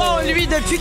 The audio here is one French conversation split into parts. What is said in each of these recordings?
Oh,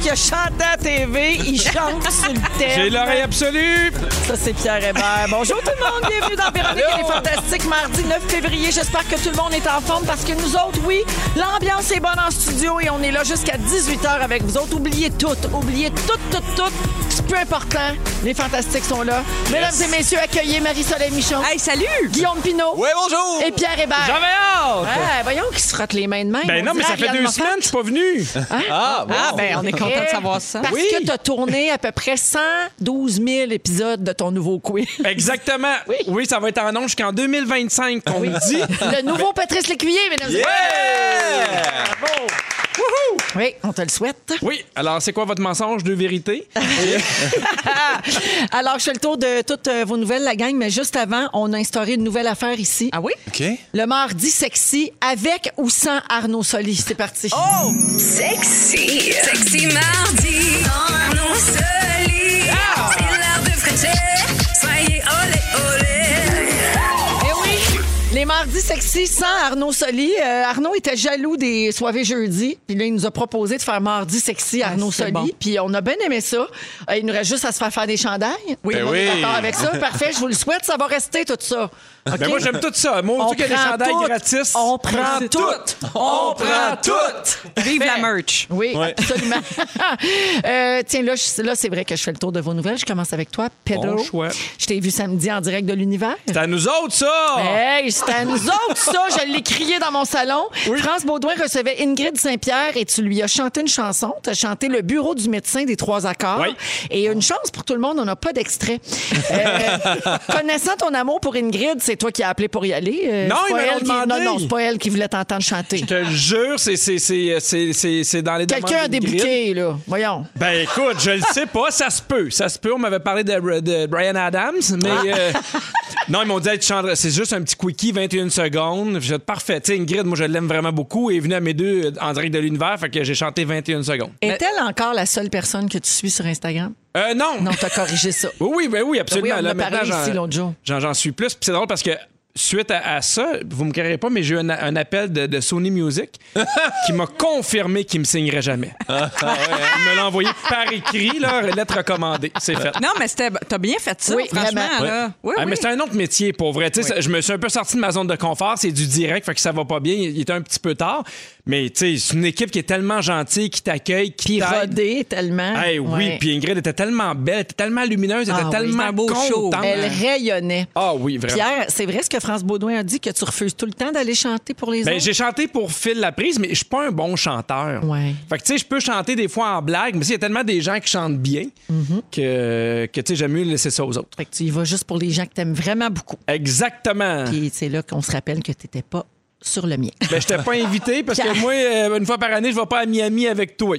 qui a chanté à TV, il chante sur le thème. J'ai l'oreille absolue. Ça, c'est Pierre Hébert. Bonjour tout le monde, bienvenue dans Véronique et les Fantastiques, mardi 9 février. J'espère que tout le monde est en forme parce que nous autres, oui, l'ambiance est bonne en studio et on est là jusqu'à 18h avec vous autres. Oubliez tout, oubliez tout, tout, tout. C'est peu important, les Fantastiques sont là. Mesdames et messieurs, accueillez Marie-Soleil Michon, Hey, salut! Guillaume Pinot Oui, bonjour! et Pierre Hébert. J'avais hâte. Ouais, voyons qu'ils se frottent les mains de main. Ben non, mais ça fait deux semaines que je suis pas venu. Ah, bon. Ah, ben, on est content de savoir ça. Eh, Parce Oui. que tu as tourné à peu près 112 000 épisodes de ton nouveau quiz. Exactement. Oui. ça va être en ondes jusqu'en 2025 qu'on me dit. Le nouveau Patrice Lécuyer, mesdames et messieurs. Yeah! Oui, on te le souhaite. Oui, alors c'est quoi votre mensonge de vérité? Alors, je fais le tour de toutes euh, vos nouvelles, la gang, mais juste avant, on a instauré une nouvelle affaire ici. Ah oui? OK. Le mardi sexy avec ou sans Arnaud Soli. C'est parti. Oh! Sexy. Sexy mardi. Arnaud Soli. C'est l'heure de fréter. Soyez olé olé. Eh oui! Les mardis sexy sans Arnaud Soli. Euh, Arnaud était jaloux des soirées jeudi. Puis là, il nous a proposé de faire mardi sexy Arnaud c'est Soli. bon. Puis on a bien aimé ça. Euh, il nous reste juste à se faire faire des chandails. Oui, Ben on est oui. d'accord avec ça. Parfait, je vous le souhaite. Ça va rester tout ça. OK? Ben moi, j'aime tout ça. Mon On Dieu, qu'il y a des prend chandails tout. gratis. On prend tout. On prend tout. Vive la merch. Oui, Ouais. absolument. Euh, tiens, là, je- là c'est vrai que je fais le tour de vos nouvelles. Je commence avec toi, Pedro. Bon choix. Je t'ai vu samedi en direct de l'univers. C'est à nous autres, ça. Hey, c'était à nous autres, ça. Je l'ai crié dans mon salon. France Baudouin recevait Ingrid Saint-Pierre et tu lui as chanté une chanson. Tu as chanté Le bureau du médecin des trois accords. Oui. Et une chance pour tout le monde, on n'a pas d'extrait. Euh, connaissant ton amour pour Ingrid, c'est toi qui as appelé pour y aller. Euh, Non, c'est ils pas me l'ont elle qui- demandé. Non, non, c'est pas elle qui voulait t'entendre chanter. Je te le jure, c'est- c'est- c'est c'est- c'est- c'est dans les Quelqu'un a demandes d'Ingrid. débouqué, là. Voyons. Ben écoute, je le sais pas, ça se peut. Ça se peut, on m'avait parlé de, de Brian Adams, mais Ah. euh, non, ils m'ont dit, Hey, tu chanterais- c'est juste un petit quickie, 21 secondes. J'ai dit, parfait. Tu sais, Ingrid, moi je l'aime vraiment beaucoup, et est venue à mes deux euh, en direct de l'univers, fait que j'ai chanté 21 secondes. Est-elle encore la seule personne que tu suis sur Instagram? Euh, non. Non, t'as corrigé ça. Oui, oui, ben oui, Ben oui, on absolument. en a Là, maintenant, parlé j'en- ici l'autre jour. J'en, j'en suis plus. Puis c'est drôle parce que suite à, à ça, vous me créerez pas, mais j'ai eu un, un appel de, de Sony Music qui m'a confirmé qu'il me signerait jamais. Ah. Il me l'a envoyé par écrit, là, lettre recommandée. C'est Euh, fait. Non, mais c'était- t'as bien fait ça, Oui, franchement. vraiment. Là. Oui, Ah, oui. Mais c'est un autre métier, pour vrai. Tu sais, ça- Je me suis un peu sorti de ma zone de confort. C'est du direct, fait que ça va pas bien. Il était un petit peu tard. Mais tu sais, c'est une équipe qui est tellement gentille, qui t'accueille, Puis qui t'aide. rodée tellement. Hey, oui, Ouais. puis Ingrid était tellement belle, était tellement lumineuse, était Ah oui, tellement c'est un beau show. contente. Elle rayonnait. Ah oui, vraiment. Pierre, c'est vrai ce que France Baudouin a dit, que tu refuses tout le temps d'aller chanter pour les Ben, autres? j'ai chanté pour Phil la prise, mais je suis pas un bon chanteur. Ouais. Fait que tu sais, je peux chanter des fois en blague, mais tu sais, il y a tellement des gens qui chantent bien Mm-hmm. que, que tu sais, j'aime mieux laisser ça aux autres. Fait que tu y vas juste pour les gens que t'aimes vraiment beaucoup. Exactement. Puis c'est là qu'on se rappelle que t'étais pas sur le mien. Ben, je t'ai pas invité parce que Pierre. moi, euh, une fois par année, je vais pas à Miami avec toi.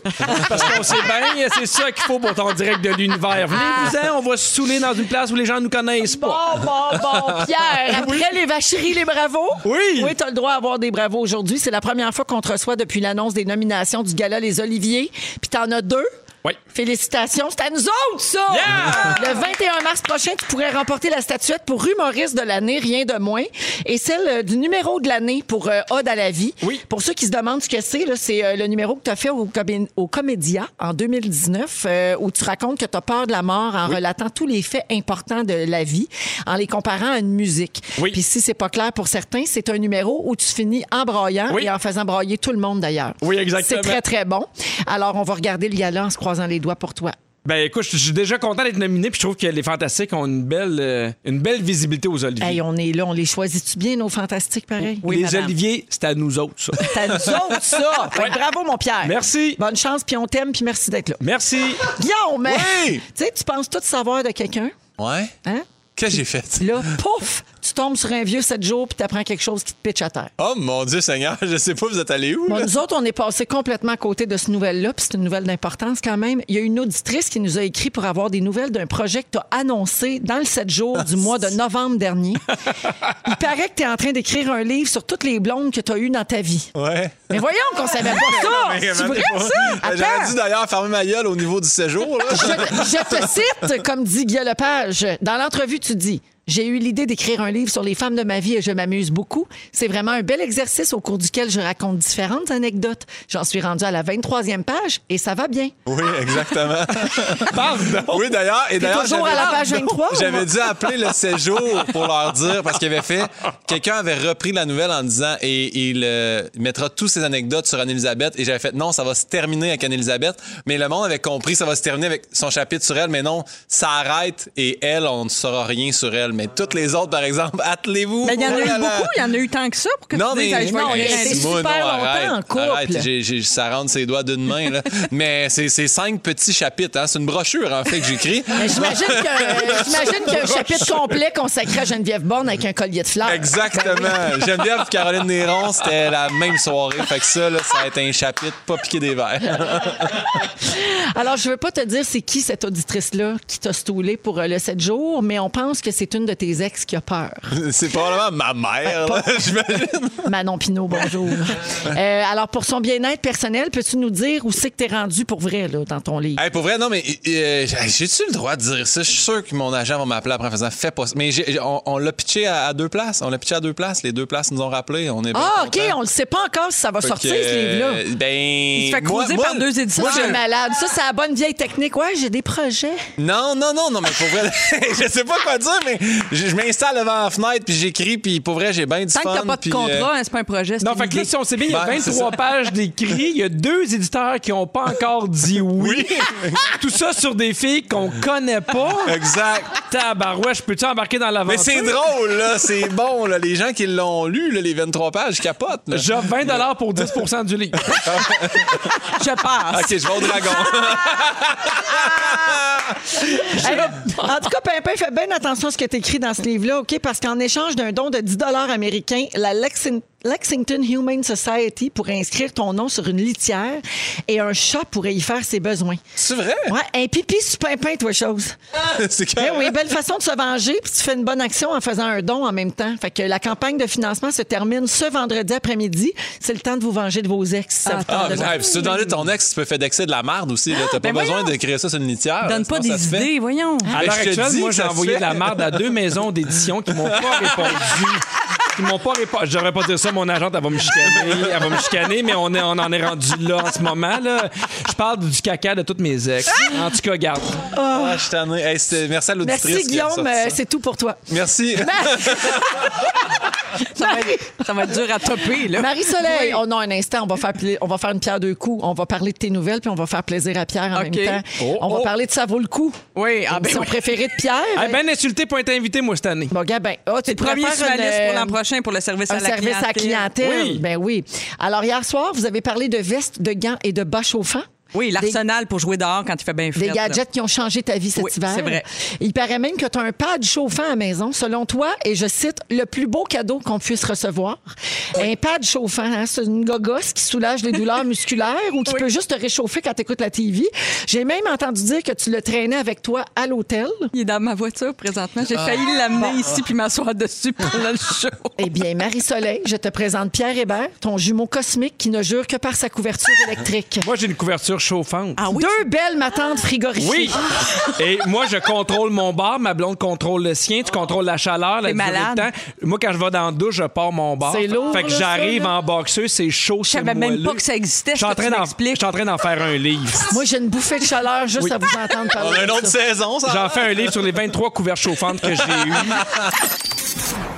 Parce qu'on sait bien, c'est ça qu'il faut pour ton direct de l'univers. Venez-vous-en, on va se saouler dans une place où les gens nous connaissent pas. Bon, bon, bon, Pierre, après les vacheries, les bravos. Oui. Oui, t'as le droit à avoir des bravos aujourd'hui. C'est la première fois qu'on te reçoit depuis l'annonce des nominations du gala Les Oliviers. Puis t'en as deux. Oui. Félicitations, c'est à nous autres, ça! Yeah! Le 21 mars prochain, tu pourrais remporter la statuette pour humoriste de l'année, rien de moins, et celle euh, du numéro de l'année pour euh, Ode à la vie. Oui. Pour ceux qui se demandent ce que c'est, là, c'est euh, le numéro que tu as fait au, Comé- au Comédia en 2019, euh, où tu racontes que tu as peur de la mort en relatant tous les faits importants de la vie, en les comparant à une musique. Oui. Puis si c'est pas clair pour certains, c'est un numéro où tu finis en broyant Oui. et en faisant broyer tout le monde d'ailleurs. Oui, exactement. C'est très, très bon. Alors, on va regarder le gala en se croisant les doigts pour toi. Ben écoute, je suis déjà content d'être nominé, puis je trouve que les Fantastiques ont une belle, euh, une belle visibilité aux Oliviers. Hey, on est là, on les choisit-tu bien, nos fantastiques, pareil? les madame. Oliviers, c'est à nous autres, ça. C'est à nous autres, ça. Fait que Bravo, mon Pierre. Merci. Bonne chance, puis on t'aime, puis merci d'être là. Merci. Guillaume, mais Oui. tu sais, tu penses tout savoir de quelqu'un, Ouais. hein? Qu'est-ce que j'ai fait? Là, pouf, tu tombes sur un vieux sept jours, puis t'apprends quelque chose qui te pitche à terre. Oh mon Dieu Seigneur, je sais pas, vous êtes allés où? Bon, là? nous autres, on est passé complètement à côté de ce nouvelle-là, puis c'est une nouvelle d'importance quand même. Il y a une auditrice qui nous a écrit pour avoir des nouvelles d'un projet que tu as annoncé dans le 7 jours du mois de novembre dernier. Il paraît que tu es en train d'écrire un livre sur toutes les blondes que tu as eues dans ta vie. Ouais. Mais voyons qu'on savait pas ça! C'est vrai, ça? Ben, J'aurais Attends. dû d'ailleurs fermer ma gueule au niveau du séjour. Là. Je, je te cite, comme dit Guy Lepage. Dans l'entrevue, tu dis J'ai eu l'idée d'écrire un livre sur les femmes de ma vie et je m'amuse beaucoup. C'est vraiment un bel exercice au cours duquel je raconte différentes anecdotes. J'en suis rendue à la 23e page et ça va bien. Oui, exactement. Pardon. Oui, d'ailleurs. Et d'ailleurs, toujours à la j'avais- page 23, J'avais moi. dû appeler le séjour pour leur dire, parce qu'il avait fait. Quelqu'un avait repris la nouvelle en disant, et il euh, mettra toutes ses anecdotes sur Anne-Elisabeth. Et j'avais fait, non, ça va se terminer avec Anne-Elisabeth. Mais le monde avait compris, ça va se terminer avec son chapitre sur elle. Mais non, ça arrête et elle, on ne saura rien sur elle. Mais toutes les autres, par exemple, attelez-vous. Mais il y en a Oh là eu là. beaucoup, il y en a eu tant que ça pour que Non, tu mais dises, Hey, je vais non, écrire mais un c'est livre. super Moi, non, longtemps arrête, en couple. arrête, j'ai- j'ai- ça rentre ses doigts d'une main. Là. mais c'est c'est cinq petits chapitres. hein. C'est une brochure, en fait, que j'écris. Mais J'imagine que- j'imagine qu'il y a un chapitre complet consacré à Geneviève Borne avec un collier de fleurs. Exactement. J'aime bien Caroline Néron, c'était la même soirée. Fait que ça, là, ça a été un chapitre pas piqué des verres. Alors, je veux pas te dire c'est qui cette auditrice-là qui t'a stoulé pour euh, le 7 jours, mais on pense que c'est une de tes ex qui a peur. C'est probablement ma mère, là, j'imagine. Manon Pinault, bonjour. Euh, alors, pour son bien-être personnel, peux-tu nous dire où c'est que t'es rendu pour vrai là, dans ton livre? Hey, pour vrai, non, mais euh, j'ai-tu le droit de dire ça? Je suis sûr que mon agent va m'appeler après en faisant fais pas ça. Mais j'ai- j'ai- on, on l'a pitché à, à deux places. On l'a pitché à deux places. Les deux places nous ont rappelé. On est bien Ah, OK, contents. on le sait pas encore si ça va Fait sortir, que, ce livre-là. euh, Ben, Il se fait croiser par deux éditions. Ça, moi, c'est je- malade. Ça, c'est la bonne vieille technique. Ouais, j'ai des projets. Non, non, non, non, mais pour vrai, je sais pas quoi dire, mais je, je m'installe devant la fenêtre, puis j'écris, puis pour vrai, j'ai bien du Tant que fun. t'as pas de puis, euh, contrat, hein, c'est pas un projet. c'est Non, une fait que idée. là, si on sait bien, il y a Ben, c'est 23 ça. pages d'écrits. Il y a deux éditeurs qui n'ont pas encore dit oui. Tout ça sur des filles qu'on connaît pas. Exact. Tabarouette, je peux-tu embarquer dans l'aventure? Mais c'est drôle, là, c'est bon, là. Les gens qui l'ont lu, là, les 23 pages, capotent. là. J'offre 20 pour 10 du livre. je passe. Ah, Ok, je vais au dragon. Hey, en tout cas, Pimpin, fais bien attention à ce que tu écris dans ce livre-là, OK? Parce qu'en échange d'un don de 10 américains, la Lexin- Lexington Humane Society pourrait inscrire ton nom sur une litière et un chat pourrait y faire ses besoins. c'est vrai? Ouais, un pipi sur Pimpin, toi, chose. C'est Eh clair. oui, belle façon de se venger, puis tu fais une bonne action en faisant un don en même temps. Fait que la campagne de financement se termine ce vendredi après-midi. C'est le temps de vous venger de vos ex. si ça vous Ah, tente de mais, le hey, puis si tu donnes ton ex, tu peux FedExer de la marde aussi. là. T'as pas Ben besoin voyons. d'écrire ça sur une litière. Donne là, pas sinon ça des se fait. idées, À voyons. Mais l'heure Ah, je te actuelle, dis moi, que j'ai ça se envoyé fait. de la merde à deux maisons d'édition qui m'ont pas répondu. Qui m'ont pas répondu. J'aurais pas dire ça, mon agente, elle va me chicaner. Elle va me chicaner, mais on, est- on en est rendu là en ce moment. Là. Je parle du caca de toutes mes ex. En tout cas, garde. Ah, je suis tanné. Hey, c'était- merci à l'auditrice. Merci, qui a Guillaume. sorti euh, ça. C'est tout pour toi. Merci. Ça va, être, ça va être dur à topper, là. Marie-Soleil, oh non, un instant, on va, faire, pla- on va faire une pierre deux coups. On va parler de tes nouvelles, puis on va faire plaisir à Pierre en OK. même temps. Oh, on va oh. parler de Ça vaut le coup. Oui, ah ben Son oui. préféré de Pierre. Eh ben insulté pour être invité, moi, cette année. Bon, gars, ben, oh, tu pourrais Premier faire sur ma une, liste pour euh, l'an prochain pour le service, Un à, la service à la clientèle. Oui. Ben oui. Alors, hier soir, vous avez parlé de vestes, de gants et de bas chauffants. Oui, l'arsenal pour jouer dehors quand il fait bien frais. Des là. gadgets qui ont changé ta vie cet Oui, hiver. c'est vrai. Il paraît même que tu as un pad chauffant à la maison, selon toi, et je cite, le plus beau cadeau qu'on puisse recevoir. Un pad chauffant, hein, c'est une gogosse qui soulage les douleurs musculaires ou qui peut juste te réchauffer quand tu écoutes la TV. J'ai même entendu dire que tu le traînais avec toi à l'hôtel. Il est dans ma voiture présentement. Ah. J'ai failli l'amener ici puis m'asseoir dessus pendant le show. Eh bien, Marie-Soleil, je te présente Pierre Hébert, ton jumeau cosmique qui ne jure que par sa couverture électrique. Moi, j'ai une couverture chauffante. Ah Deux belles matantes frigorifiques. Oui. Et moi, je contrôle mon bar, ma blonde contrôle le sien, tu contrôles la chaleur, la T'es durée malade. de temps. Moi, quand je vais dans la douche, je pars mon bar. C'est lourd, Fait que là, ça, j'arrive là. en boxeux, c'est chaud, Je c'est savais même moelleux. pas que ça existait, Je suis en ce que train tu d'en- m'expliques. Je suis en train d'en faire un livre. Moi, j'ai une bouffée de chaleur juste à vous entendre On a parler. une de autre ça. saison, ça. J'en fais un livre sur les 23 couverts chauffantes que j'ai eues.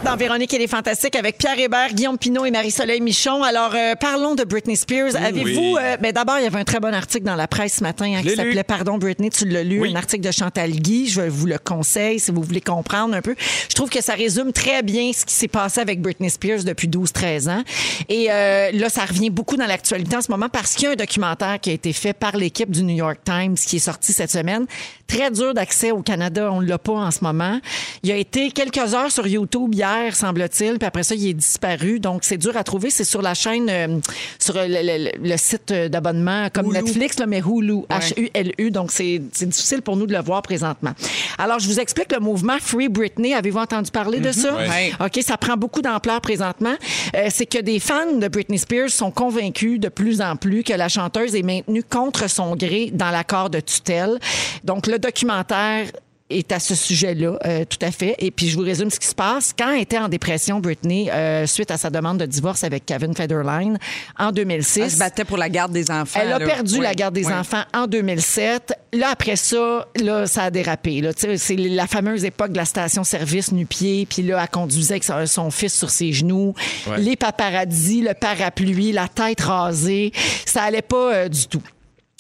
dans Véronique et les Fantastiques avec Pierre Hébert, Guillaume Pinot et Marie-Soleil Michon. Alors, euh, parlons de Britney Spears. Avez-vous. euh, ben, D'abord, il y avait un très bon article dans la presse ce matin hein, qui l'ai lu. s'appelait Pardon Britney, tu l'as lu, Oui. un article de Chantal Guy. Je vous le conseille si vous voulez comprendre un peu. Je trouve que ça résume très bien ce qui s'est passé avec Britney Spears depuis 12-13 ans. Et euh, là, ça revient beaucoup dans l'actualité en ce moment parce qu'il y a un documentaire qui a été fait par l'équipe du New York Times qui est sorti cette semaine. Très dur d'accès au Canada, on ne l'a pas en ce moment. Il a été quelques heures sur YouTube hier, semble-t-il, puis après ça, il est disparu. Donc, c'est dur à trouver. C'est sur la chaîne, euh, sur le, le- le- le site d'abonnement comme Netflix, là, mais Hulu, H-U-L-U. Donc, c'est c'est difficile pour nous de le voir présentement. Alors, je vous explique le mouvement Free Britney. Avez-vous entendu parler de ça? Ouais. OK, ça prend beaucoup d'ampleur présentement. Euh, c'est que des fans de Britney Spears sont convaincus de plus en plus que la chanteuse est maintenue contre son gré dans l'accord de tutelle. Donc, le documentaire est à ce sujet-là, euh, tout à fait. Et puis, je vous résume ce qui se passe. Quand elle était en dépression, Britney, euh, suite à sa demande de divorce avec Kevin Federline en 2006... Elle se battait pour la garde des enfants. Elle a là. perdu Oui, la garde des oui. enfants en 2007. Là, après ça, là, ça a dérapé. là. Tu sais, C'est la fameuse époque de la station-service nu-pied. Puis là, elle conduisait avec son- son fils sur ses genoux. Les paparazzis, le parapluie, la tête rasée. Ça allait pas euh, du tout.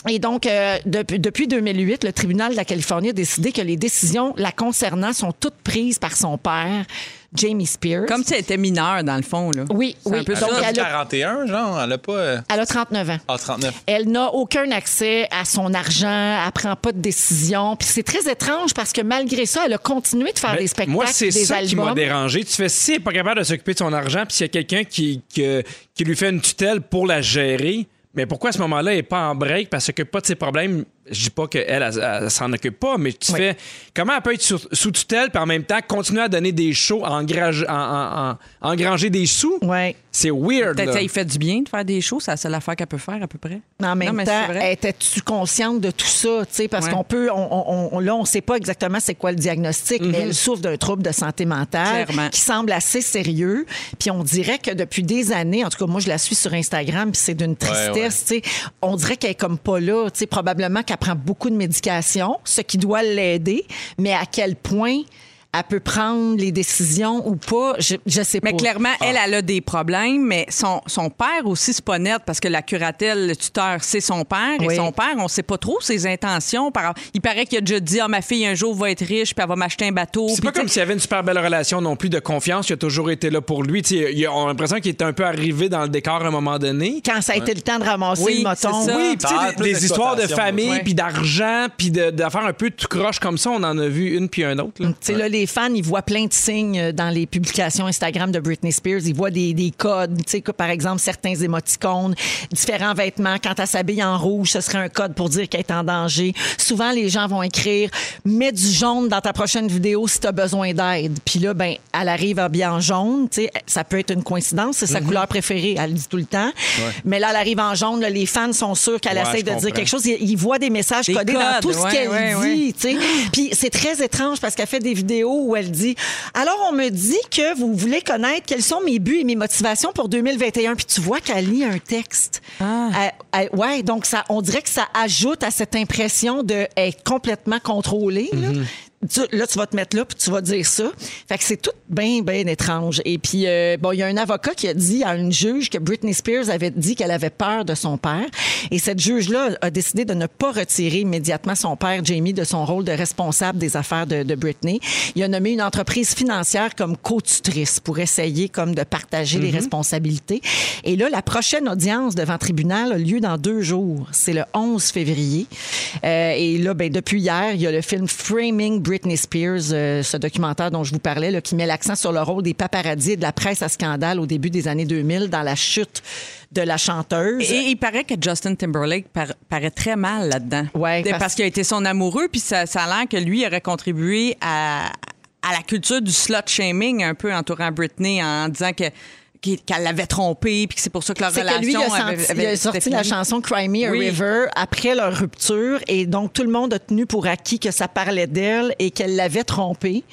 Et donc, euh, depuis, depuis 2008, le tribunal de la Californie a décidé que les décisions la concernant sont toutes prises par son père, Jamie Spears. Comme si elle était mineure, dans le fond. Là. Oui, C'est oui. Un peu Donc, ça. elle a- 41, genre, elle a pas. euh, Elle a 39 ans. Ah, 39. Elle n'a aucun accès à son argent, elle prend pas de décision. Puis c'est très étrange parce que malgré ça, elle a continué de faire Ben, des spectacles, Moi, c'est des ça qui m'a albums. dérangé. Tu fais, si elle n'est pas capable de s'occuper de son argent, puis s'il y a quelqu'un qui, que- qui lui fait une tutelle pour la gérer, mais pourquoi à ce moment-là, elle n'est pas en break? Parce que pas de ses problèmes. Je dis pas qu'elle, elle, elle, elle s'en occupe pas, mais tu Oui. fais, comment elle peut être sur- sous tutelle, puis en même temps, continuer à donner des shows, à engrage- en- en- en- engranger des sous? Ouais. C'est weird. Peut-être là. ça lui fait du bien de faire des choses. C'est la seule affaire qu'elle peut faire, à peu près. Mais en même mais temps, c'est vrai. étais-tu consciente de tout ça, tu sais, parce Ouais. qu'on peut, on, on, on- là, on sait pas exactement c'est quoi le diagnostic, mais elle souffre d'un trouble de santé mentale Mhm. Clairement. qui semble assez sérieux. Puis on dirait que depuis des années, en tout cas, moi, je la suis sur Instagram, puis c'est d'une tristesse, tu sais. On dirait qu'elle est comme pas là, tu sais, probablement qu'elle prend beaucoup de médication, ce qui doit l'aider, mais à quel point elle peut prendre les décisions ou pas, je, je sais Mais pas. clairement, elle, elle a des problèmes, mais son, son père aussi, c'est pas net parce que la curatelle, le tuteur, c'est son père. Oui. Et son père, on sait pas trop ses intentions. Par... Il paraît qu'il a déjà dit Ah, ma fille, un jour, va être riche, puis elle va m'acheter un bateau. C'est pas Puis, comme tu s'il y avait une super belle relation non plus de confiance. Il a toujours été là pour lui. Tu sais, il a- on a l'impression qu'il est un peu arrivé dans le décor à un moment donné. Quand ça a été le temps de ramasser Oui, le moton. c'est ça. Oui, puis tu sais, Ça a des- plus des, histoires de d'exploitation, famille, ouais. puis d'argent, puis de- d'affaires un peu tout croche comme ça. On en a vu une puis un autre. là. Tu sais, là, les fans, ils voient plein de signes euh, dans les publications Instagram de Britney Spears. Ils voient des, des codes, tu sais, que, par exemple, certains émoticônes, différents vêtements. Quand elle s'habille en rouge, ce serait un code pour dire qu'elle est en danger. Souvent, les gens vont écrire « Mets du jaune dans ta prochaine vidéo si t'as besoin d'aide. » Puis là, ben, elle arrive habillée en jaune. Tu sais, ça peut être une coïncidence. C'est Mhm. sa couleur préférée. Elle le dit tout le temps. Mais là, elle arrive en jaune. là, les fans sont sûrs qu'elle Ouais, essaie je de dire comprends. quelque chose. Ils, ils voient des messages Des codés dans codes, tout ce ouais, qu'elle ouais, dit ouais. tu sais. Puis c'est très étrange parce qu'elle fait des vidéos où elle dit Alors, on me dit que vous voulez connaître quels sont mes buts et mes motivations pour 2021. Puis tu vois qu'elle lit un texte. Ah. Elle- elle- ouais, donc ça, on dirait que ça ajoute à cette impression de être complètement contrôlée. là. Mm-hmm. Tu- Là. tu vas te mettre là, puis tu vas dire ça. Fait que c'est tout bien, bien étrange. Et puis, euh, bon, il y a un avocat qui a dit à une juge que Britney Spears avait dit qu'elle avait peur de son père. Et cette juge-là a décidé de ne pas retirer immédiatement son père, Jamie, de son rôle de responsable des affaires de, de Britney. Il a nommé une entreprise financière comme co-tutrice pour essayer comme de partager les responsabilités. Et là, la prochaine audience devant tribunal a lieu dans deux jours. C'est le 11 février. Euh, et là, ben, depuis hier, il y a le film Framing Britney Spears, euh, ce documentaire dont je vous parlais, là, qui met l'accent sur le rôle des paparazzis et de la presse à scandale au début des années 2000 dans la chute de la chanteuse. sais, Et il paraît que Justin Timberlake par- paraît très mal là-dedans. Ouais, De- parce, parce- qu'il a été son amoureux, puis ça, ça a l'air que lui aurait contribué à, à la culture du slut shaming un peu entourant Britney en disant que qu'il- qu'elle l'avait trompé, puis que c'est pour ça que leur C'est relation que lui, il a, avait- senti- avait- il a sorti c'était la fini. chanson Cry Me a Oui. River après leur rupture. Et donc, tout le monde a tenu pour acquis que ça parlait d'elle et qu'elle l'avait trompée.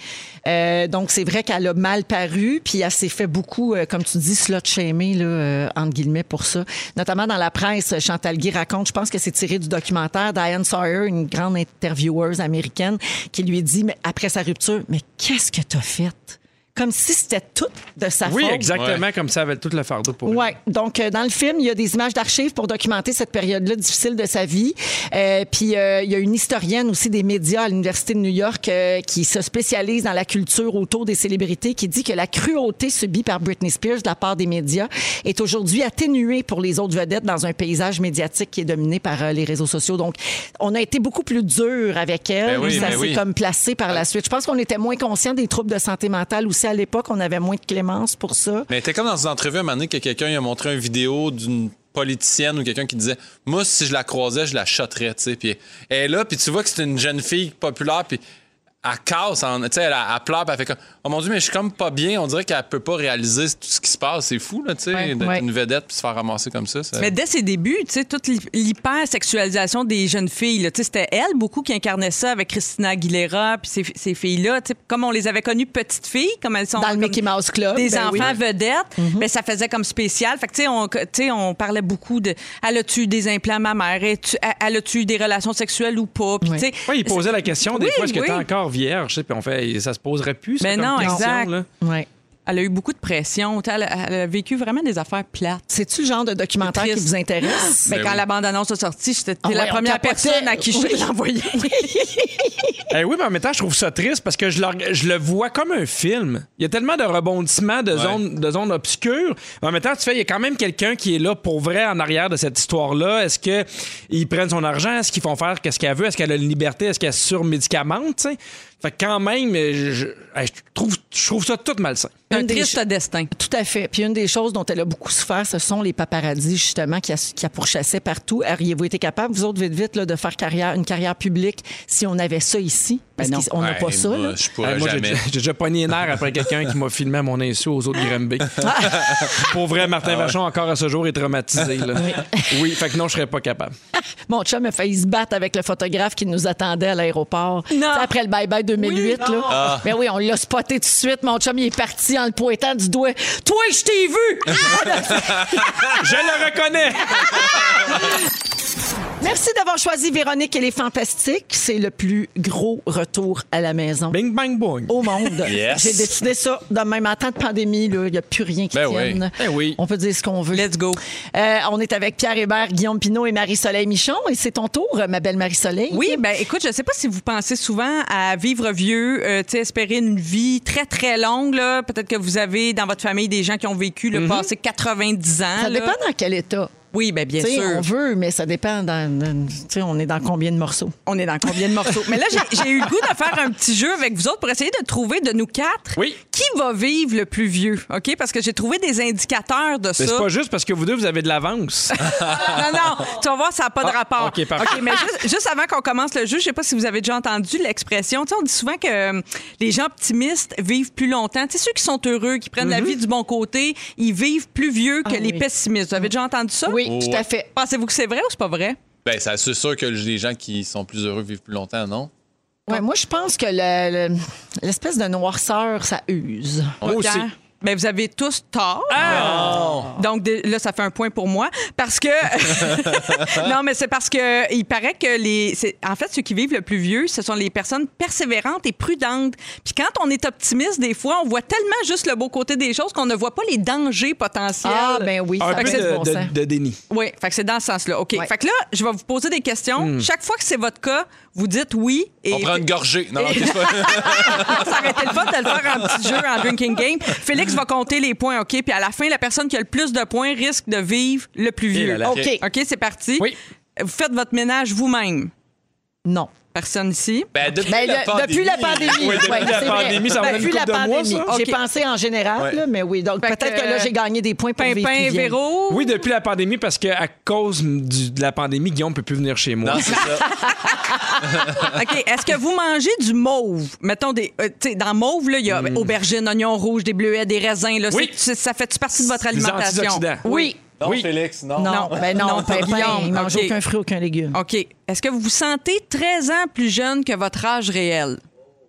Euh, donc, c'est vrai qu'elle a mal paru. Puis, elle s'est fait beaucoup, euh, comme tu dis, slut-shamer, là, euh, entre guillemets, pour ça. Notamment dans la presse, Chantal Guy raconte, je pense que c'est tiré du documentaire, Diane Sawyer, une grande intervieweuse américaine, qui lui dit, mais après sa rupture, « Mais qu'est-ce que t'as fait? » Comme si c'était tout de sa Oui, faute. exactement comme ça, avec tout le fardeau pour lui. Oui, donc euh, dans le film, il y a des images d'archives pour documenter cette période-là difficile de sa vie. Euh, puis euh, il y a une historienne aussi des médias à l'Université de New York euh, qui se spécialise dans la culture autour des célébrités qui dit que la cruauté subie par Britney Spears de la part des médias est aujourd'hui atténuée pour les autres vedettes dans un paysage médiatique qui est dominé par euh, les réseaux sociaux. Donc, on a été beaucoup plus dur avec elle. Ben oui, ça ben s'est oui. Euh, comme placé par la suite. Je pense qu'on était moins conscient des troubles de santé mentale aussi à l'époque. On avait moins de clémence pour ça. Mais t'es comme dans une entrevue à un moment donné que quelqu'un il a montré une vidéo d'une politicienne ou quelqu'un qui disait Moi, si je la croisais, je la shotterais, tu sais. Puis elle est là, puis tu vois que c'est une jeune fille populaire, puis. elle casse, en- tu sais, elle, elle pleure, puis elle fait comme, oh mon Dieu, mais je suis comme pas bien. On dirait qu'elle peut pas réaliser tout ce qui se passe. C'est fou, là, tu sais, Ouais, d'être ouais. une vedette puis se faire ramasser comme ça. ça- Mais dès ses débuts, tu sais, toute l'hy- l'hypersexualisation des jeunes filles, là, tu sais, c'était elle beaucoup qui incarnait ça avec Christina Aguilera, puis ces, ces filles-là, tu sais, comme on les avait connues petites filles, comme elles sont Dans le comme Mickey Mouse Club, des ben enfants oui. Mhm. vedettes, mais ça faisait comme spécial. Fait que tu sais, on, tu sais, on parlait beaucoup de, elle a eu des implants ma mère, elle a-tu- elle a eu des relations sexuelles ou pas, puis Oui. tu sais, Oui, il posait la question des Oui, fois, est-ce que oui. t'es encore vierge? Tu sais, Puis on fait, ça se poserait plus. Mais ça, comme non, question, exact. là. Ouais. elle a eu beaucoup de pression, tu sais, elle, a- elle a vécu vraiment des affaires plates. C'est-tu le genre de documentaire qui Triste. Ah. vous intéresse? Mais Ben quand oui. la bande-annonce est sortie, j'étais Ah ouais, la on première capotait. personne à qui je Oui. l'ai envoyée. Eh oui, mais en même temps, je trouve ça triste parce que je le, je le vois comme un film. Il y a tellement de rebondissements, de, zones, de zones obscures. Mais en même temps, tu fais, il y a quand même quelqu'un qui est là pour vrai en arrière de cette histoire-là. Est-ce qu'ils prennent son argent? Est-ce qu'ils font faire qu'est-ce qu'elle veut? Est-ce qu'elle a une liberté? Est-ce qu'elle surmédicamente? tu sais? Fait que quand même, je, je- eh, je trouve, je trouve ça tout malsain. Un Une des triste cho- destin. Tout à fait. Puis une des choses dont elle a beaucoup souffert, ce sont les paparazzis, justement, qui, a- qui a pourchassé partout. Auriez-vous été capable, vous autres, vite, vite, là, de faire carrière, une carrière publique si on avait ça ici? Parce Ben non. qu'on n'a Ouais, pas ça, moi, là. Je Eh, pourrais moi, j'ai jamais. j'ai déjà pogné les nerfs après quelqu'un qui m'a filmé à mon insu aux autres Grimby. Pour vrai, Martin Vachon, encore à ce jour, est traumatisé. là. Oui, fait que non, je serais pas capable. Mon chum a failli se battre avec le photographe qui nous attendait à l'aéroport. Tu sais, Non. Après le bye-bye 2008, là. Ah. Ben oui, on l'a spoté tout de suite. Mon chum, il est parti en le pointant du doigt. Toi, je t'ai vu! Je le reconnais! Merci d'avoir choisi Véronique et les Fantastiques. C'est le plus gros retour à la maison. Bing bang boing. au monde. Yes. J'ai décidé ça. Dans même en temps de pandémie, là, il n'y a plus rien qui Ben oui. tienne. Ben oui. On peut dire ce qu'on veut. Let's go. Euh, on est avec Pierre Hébert, Guillaume Pinot et Marie-Soleil Michon. Et c'est ton tour, ma belle Marie-Soleil. Oui, ben écoute, je sais pas si vous pensez souvent à vivre vieux, euh, tu sais, espérer une vie très très longue là. Peut-être que vous avez dans votre famille des gens qui ont vécu le passé 90 ans. Ça hein, là. dépend dans quel état. Oui, ben bien Tu sais, sûr. on veut, mais ça dépend dans. dans- tu sais, on est dans combien de morceaux? On est dans combien de morceaux Mais là, j'ai- j'ai eu le goût de faire un petit jeu avec vous autres pour essayer de trouver de nous quatre Oui. qui va vivre le plus vieux, ok Parce que j'ai trouvé des indicateurs de ça. Mais c'est pas juste parce que vous deux, vous avez de l'avance. non, non, tu vas voir, ça n'a pas de Ah, rapport. OK, parfait. mais juste, juste avant qu'on commence le jeu, je sais pas si vous avez déjà entendu l'expression. Tu sais, on dit souvent que euh, les gens optimistes vivent plus longtemps. Tu sais, ceux qui sont heureux, qui Mm-hmm. prennent la vie du bon côté, ils vivent plus vieux que Ah les oui. pessimistes. Vous avez déjà entendu ça? Oui, Oh, tout à fait. Pensez-vous que c'est vrai ou c'est pas vrai? Ben, ça, c'est sûr que les gens qui sont plus heureux vivent plus longtemps, non? Ouais, moi, je pense que le- le- l'espèce de noirceur, ça use. Moi Ah, aussi. Pierre? Ben, vous avez tous tort. Ah! Donc dé- là, ça fait un point pour moi parce que non, mais c'est parce que il paraît que les, c'est- en fait, ceux qui vivent le plus vieux, ce sont les personnes persévérantes et prudentes. Puis quand on est optimiste, des fois, on voit tellement juste le beau côté des choses qu'on ne voit pas les dangers potentiels. Ah, ben oui, ça Un peu fait du bon de, de- sens. de déni. Oui, fait que c'est dans ce sens-là. OK. Ouais. Fait que là, je vais vous poser des questions. Chaque fois que c'est votre cas, vous dites oui. Et Hmm. On prend une gorgée. Non, non, c'est pas... ça aurait été le fun de le faire en petit jeu, en drinking game. Félix va compter les points, OK? Puis à la fin, la personne qui a le plus de points risque de vivre le plus Et vieux. là là. OK. OK, c'est parti. Oui. Vous faites votre ménage vous-même. Non. Personne ici. Ben, depuis, Ben, la le- pandémie. depuis la pandémie. Oui, depuis Ouais, la c'est vrai. Ben, pandémie, ça va Depuis une la couple de mois, pandémie. ça. J'ai OK. pensé en général, Ouais. là, mais oui. Donc, Fait peut-être que, que, là, j'ai gagné des points pour vivre plus Pimpin, vieille. Véro. Oui, depuis la pandémie, parce qu'à cause du- de la pandémie, Guillaume peut plus venir chez moi. Non, c'est ça. OK. Est-ce que vous mangez du mauve? Mettons, des, euh, tu sais, dans mauve, là, il y a aubergines, oignons rouges, des bleuets, des raisins. Là. Hmm. Oui. C'est- ça fait-tu partie de votre Des alimentation? antioxydants. Oui. Non, Oui. Félix, non. Non, Non. ben non, Non, Pimpin, Guillaume, il mange OK. aucun fruit, aucun légume. OK. Est-ce que vous vous sentez 13 ans plus jeune que votre âge réel?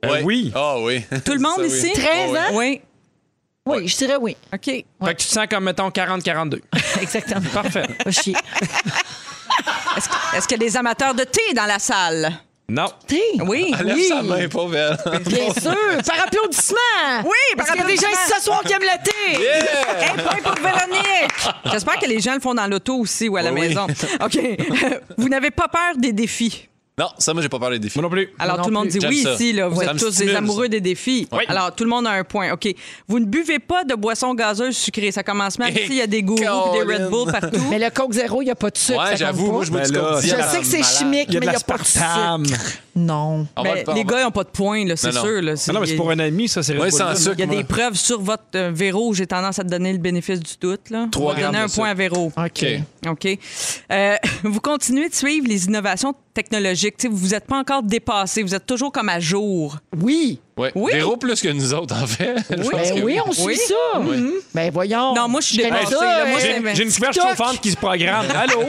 Ben Ouais. oui. Ah oui. Tout le monde Ça, oui. ici? 13 Oh, ans? Oui. Oui, je dirais oui. OK. Fait que tu te sens comme, mettons, 40-42. Exactement. Parfait. Pas chier. Est-ce que- est-ce qu'il y a des amateurs de thé dans la salle? Non. T'sais, Oui. Lève Oui. sa main, pauvre elle. Bien sûr, par applaudissement. Oui, par Parce qu'il y a des gens applaudissement. ici ce soir qui aiment le thé. Hey, point pour Véronique! J'espère que les gens le font dans l'auto aussi ou à la Oui, oui. maison. OK. Vous n'avez pas peur des défis. Non, ça, moi, j'ai pas peur des défis. Moi non plus. Alors, non tout le monde plus. dit oui J'aime ça. ici. Là. Vous Ça êtes me tous des stimule, amoureux ça. des défis. Oui. Alors, tout le monde a un point. OK. Vous ne buvez pas de boissons gazeuses sucrées. Ça commence même Hey, ici, il y a des gourous et des Colin. Red Bull partout. Mais le Coke Zéro, il n'y a pas de sucre. ça Ouais, compte j'avoue, pas. moi, je me Ben dis là, qu'on dit Je à la sais que c'est malade. chimique, Il y a mais de il n'y a pas de sucre. l'aspartame. Non. On va Ben, le- on les va- gars, ils n'ont pas de points, là, c'est Non, non. sûr. Là, Ah Non, non, mais c'est pour un ami, ça, c'est Oui, sans raisonnable. sucre. Il y a moi. des preuves sur votre euh, Véro. J'ai tendance à te donner le bénéfice du doute. Là. Trois On va donner grammes un de point à Véro. OK. OK. Euh, vous continuez de suivre les innovations technologiques. Tu sais, vous n'êtes pas encore dépassé. Vous êtes toujours comme à jour. Oui. Ouais. Oui. Véro plus que nous autres, en fait. Je pense Ben que oui, on suit Oui. ça. Ben voyons. Non, moi, je suis connais dépassée, ça, là. Moi, hein. c'est- J'ai j'ai une couverture TikTok. chauffante qui se programme. Allô?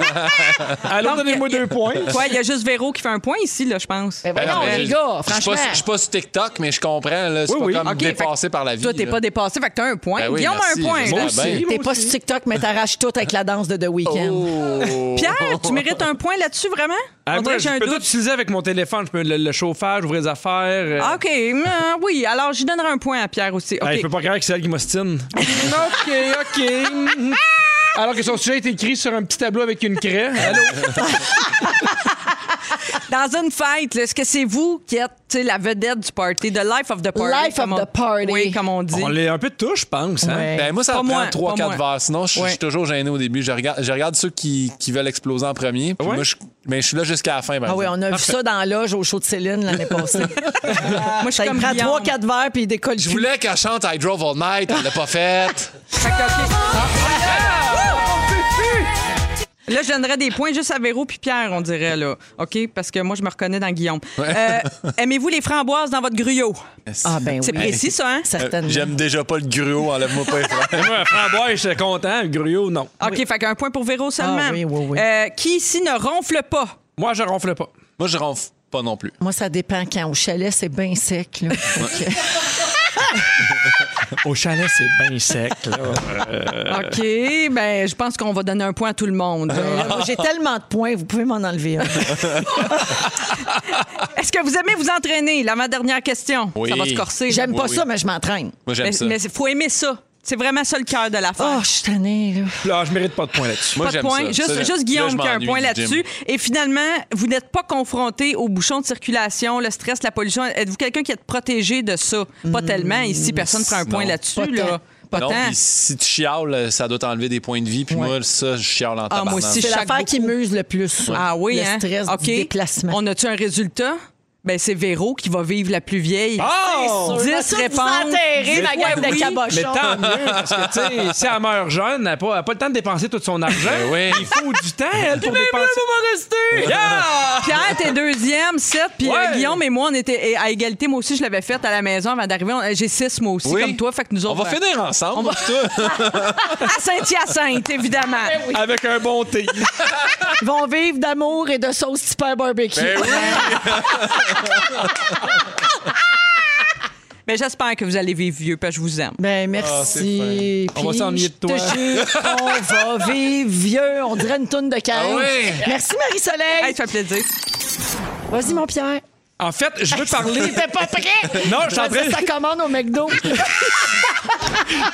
Allô, donnez-moi deux points. Quoi, il y a juste Véro qui fait un point ici, là, je pense. Ben Ben non, voyons, mais les je- gars, je suis pas- franchement. Je suis pas sur TikTok, mais je comprends. là, C'est Oui, pas oui. comme OK, dépassé par la vie. Toi, t'es là. pas dépassé, fait que t'as un point. Ben oui, Guillaume merci, a un point. j'espère Moi bien. aussi. T'es pas sur TikTok, mais t'arraches tout avec la danse de The Weeknd. Oh. Pierre, tu mérites un point là-dessus, vraiment? Ah, On dirait moi, que j'ai je un peux tout doute. utiliser avec mon téléphone. Je peux le, le chauffage, ouvrir les affaires. euh. Ah, OK, hum, euh, oui. Alors, je donnerai un point à Pierre aussi. OK. Hey, je peux pas croire que c'est elle qui m'ostine. OK, OK. Mhm. Alors que son sujet est écrit sur un petit tableau avec une craie. Allô? Dans une fête, là, est-ce que c'est vous qui êtes tu sais, la vedette du party, the life of the party? Life comme of on- the party. Oui, comme on dit. On l'est un peu de touche, je pense. hein? Ouais. Ben, moi, ça Pas me moi, prend pas 3-4 moi. verres. Sinon, je je Ouais. suis toujours gêné au début. Je regarde, je regarde ceux qui, qui veulent exploser en premier. Puis Ouais. moi, je, mais je suis là jusqu'à la fin. par Ah oui, exemple. on a vu ça dans l'âge au show de Céline l'année passée. Moi, Ça je suis il comme prend Guillaume. trois, quatre verres puis il décolle Je du voulais qu'elle chante I Drove All Night. Elle l'a pas faite. Fait que, OK. Ah! Là, je donnerais des points juste à Véro puis Pierre, on dirait, là. OK? Parce que moi, je me reconnais dans Guillaume. Euh, Aimez-vous les framboises dans votre gruyot? Ah ben oui. C'est précis, ça, hein? Euh, Certainement. J'aime déjà pas le gruau. Enlève-moi pas les frères. Ben Moi, un framboise, j'étais content. Un gruau, non. OK, fait qu'un point pour Véro seulement. Ah oui, oui, oui. Euh, qui ici ne ronfle pas? Moi, je ronfle pas. Moi, je ronfle pas non plus. Moi, ça dépend quand. Au chalet, c'est bien sec. Là. Au chalet, c'est bien sec. là. OK, ben je pense qu'on va donner un point à tout le monde. Euh, là, moi, J'ai tellement de points, vous pouvez m'en enlever un. Euh, Est-ce que vous aimez vous entraîner? L'avant-dernière question. Oui. Ça va se corser. J'aime Oui, pas oui. ça, mais je m'entraîne. Moi, j'aime Mais ça. il faut aimer ça. C'est vraiment ça le cœur de l'affaire. Oh, je suis tannée. là. Là, je mérite pas de points là-dessus. Moi, pas de j'aime point. ça. Juste, Ça, là, juste Guillaume je qui a un m'ennuie point du gym. là-dessus. Et finalement, vous n'êtes pas confronté aux bouchons de circulation, le stress, la pollution. Êtes-vous quelqu'un qui est protégé de ça? Pas tellement. Ici, personne ne prend un point non. là-dessus. Mm, Pas Là. Pas Non, tant. puis si tu chiales, ça doit t'enlever des points de vie. Puis moi, ça, je chiale en Ah, moi tabarnak. aussi, C'est Chaque l'affaire qui beaucoup. muse le plus. Ah oui, Le hein? stress OK. du déplacement. On a-tu un résultat? Ben, c'est Véro qui va vivre la plus vieille. Ah! Oh! Dix réponses. enterrer, ma Mais gueule oui. de Mais cabochon. tant mieux, parce que, tu sais, si elle meurt jeune, elle n'a pas, elle a pas le temps de dépenser tout son argent. Ben oui. Il faut du temps, elle, pour dépenser. Yeah! Pierre, t'es deuxième, sept. Puis euh, Ouais. Guillaume et moi, on était à égalité. Moi aussi, je l'avais faite à la maison avant d'arriver. On- J'ai six, moi aussi, Oui. comme toi. Fait que nous On autres, va euh, finir ensemble. tout. À Saint-Hyacinthe, évidemment. Avec un bon thé. Ils vont vivre d'amour et de sauce super barbecue. Ben oui. Mais j'espère que vous allez vivre vieux, parce que je vous aime. Ben c'est merci. Ah, On va Puis, s'ennuyer de toi. Je te jure qu'on va vivre vieux. On dirait une toune de calme. Ah oui. Merci Marie-Soleil. Hey, ça fait plaisir. Vas-y mon Pierre. En fait, je veux parler. T'es pas prêt? Non, je suis en train- Ça commande au McDo. Je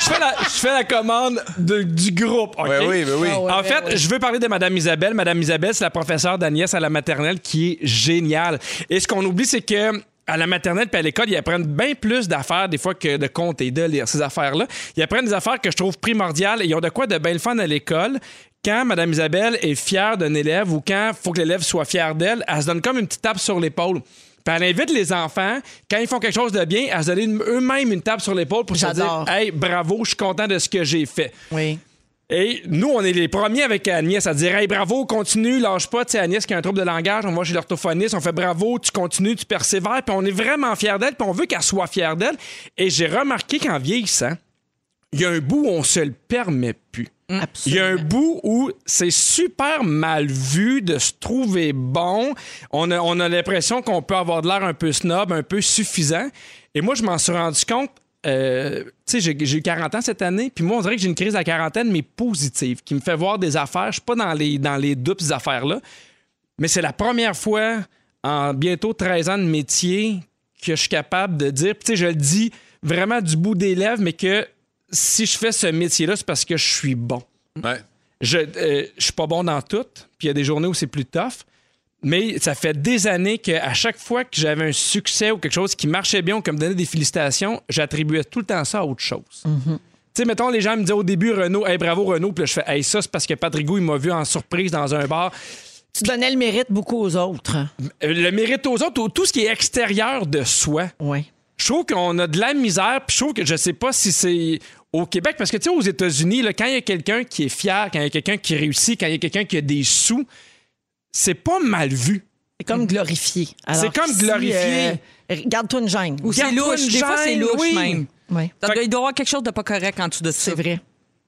fais la, je fais la commande de- du groupe. OK? Ben oui, ben oui. Ah ouais, en ben fait, ouais. je veux parler de Madame Isabelle. Madame Isabelle, c'est la professeure d'Agnès à la maternelle qui est géniale. Et ce qu'on oublie, c'est que à la maternelle puis à l'école, ils apprennent bien plus d'affaires des fois que de compter et de lire ces affaires-là. Ils apprennent des affaires que je trouve primordiales et ils ont de quoi de bien le fun à l'école. Quand Madame Isabelle est fière d'un élève ou quand faut que l'élève soit fier d'elle, elle se donne comme une petite tape sur l'épaule. Puis elle invite les enfants, quand ils font quelque chose de bien, à se donner une- eux-mêmes une tape sur l'épaule pour se dire J'adore. Hey, bravo, je suis content de ce que j'ai fait. Oui. Et nous, on est les premiers avec Agnès à dire Hey, bravo, continue, lâche pas. Tu sais, Agnès qui a un trouble de langage, on va chez l'orthophoniste, on fait bravo, tu continues, tu persévères. Puis on est vraiment fiers d'elle, puis on veut qu'elle soit fière d'elle. Et j'ai remarqué qu'en vieillissant, il y a un bout où on se le permet plus. Mm. Il y a un bout où c'est super mal vu de se trouver bon. On a, on a l'impression qu'on peut avoir de l'air un peu snob, un peu suffisant. Et moi, je m'en suis rendu compte. euh, tu sais, j'ai- j'ai eu 40 ans cette année, puis moi, on dirait que j'ai une crise de la quarantaine, mais positive, qui me fait voir des affaires. Je suis pas dans les, dans les doutes, ces affaires-là. Mais c'est la première fois en bientôt 13 ans de métier que je suis capable de dire, puis tu sais, je le dis vraiment du bout des lèvres, mais que si je fais ce métier-là, c'est parce que je suis bon. Ouais. Je euh, je suis pas bon dans tout, puis il y a des journées où c'est plus tough. Mais ça fait des années qu'à chaque fois que j'avais un succès ou quelque chose qui marchait bien ou qu'on me donnait des félicitations, j'attribuais tout le temps ça à autre chose. Tu sais, mettons, les gens me disaient au début, Renault, hey, bravo Renault, puis là, je fais, hey, ça, c'est parce que Patrick Gou, il m'a vu en surprise dans un bar. Tu donnais le mérite beaucoup aux autres. Euh, Le mérite aux autres, ou tout ce qui est extérieur de soi. Oui. Je trouve qu'on a de la misère, puis je trouve que je sais pas si c'est au Québec, parce que tu sais, aux États-Unis, là, quand il y a quelqu'un qui est fier, quand il y a quelqu'un qui réussit, quand il y a quelqu'un qui a des sous, c'est pas mal vu. C'est comme glorifié. Alors C'est comme qu'ici, glorifié. euh, Garde-toi une gêne. Ou c'est Garde-toi louche. une Des fois, c'est gêne, louche oui. même. Oui, Ça Fait- doit- il doit y avoir quelque chose de pas correct en dessous de ça. c'est vrai.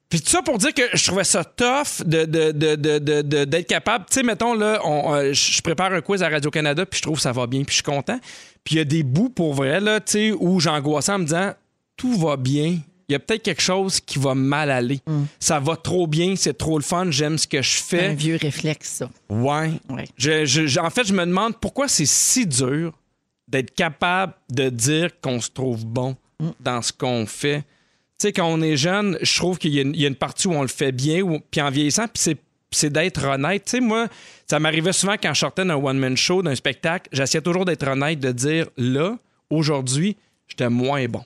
Puis tout ça pour dire que je trouvais ça tough de, de, de, de, de- de- d'être capable. Tu sais, mettons, là, on, euh, je prépare un quiz à Radio-Canada, puis je trouve que ça va bien, puis je suis content. Puis il y a des bouts pour vrai, là, tu sais, où j'angoissais en me disant tout va bien. Il y a peut-être quelque chose qui va mal aller. Ça va trop bien, c'est trop le fun, j'aime ce que je Un fais. vieux réflexe, ça. Ouais. Ouais. Je- je- je- en fait, je me demande pourquoi c'est si dur d'être capable de dire qu'on se trouve bon dans ce qu'on fait. Tu sais, quand on est jeune, je trouve qu'il y, a une- il y a une partie où on le fait bien, où- puis en vieillissant, puis c'est c'est d'être honnête. Tu sais, moi, ça m'arrivait souvent quand je sortais d'un one-man show, d'un spectacle, j'essayais toujours d'être honnête, de dire, là, aujourd'hui, j'étais moins bon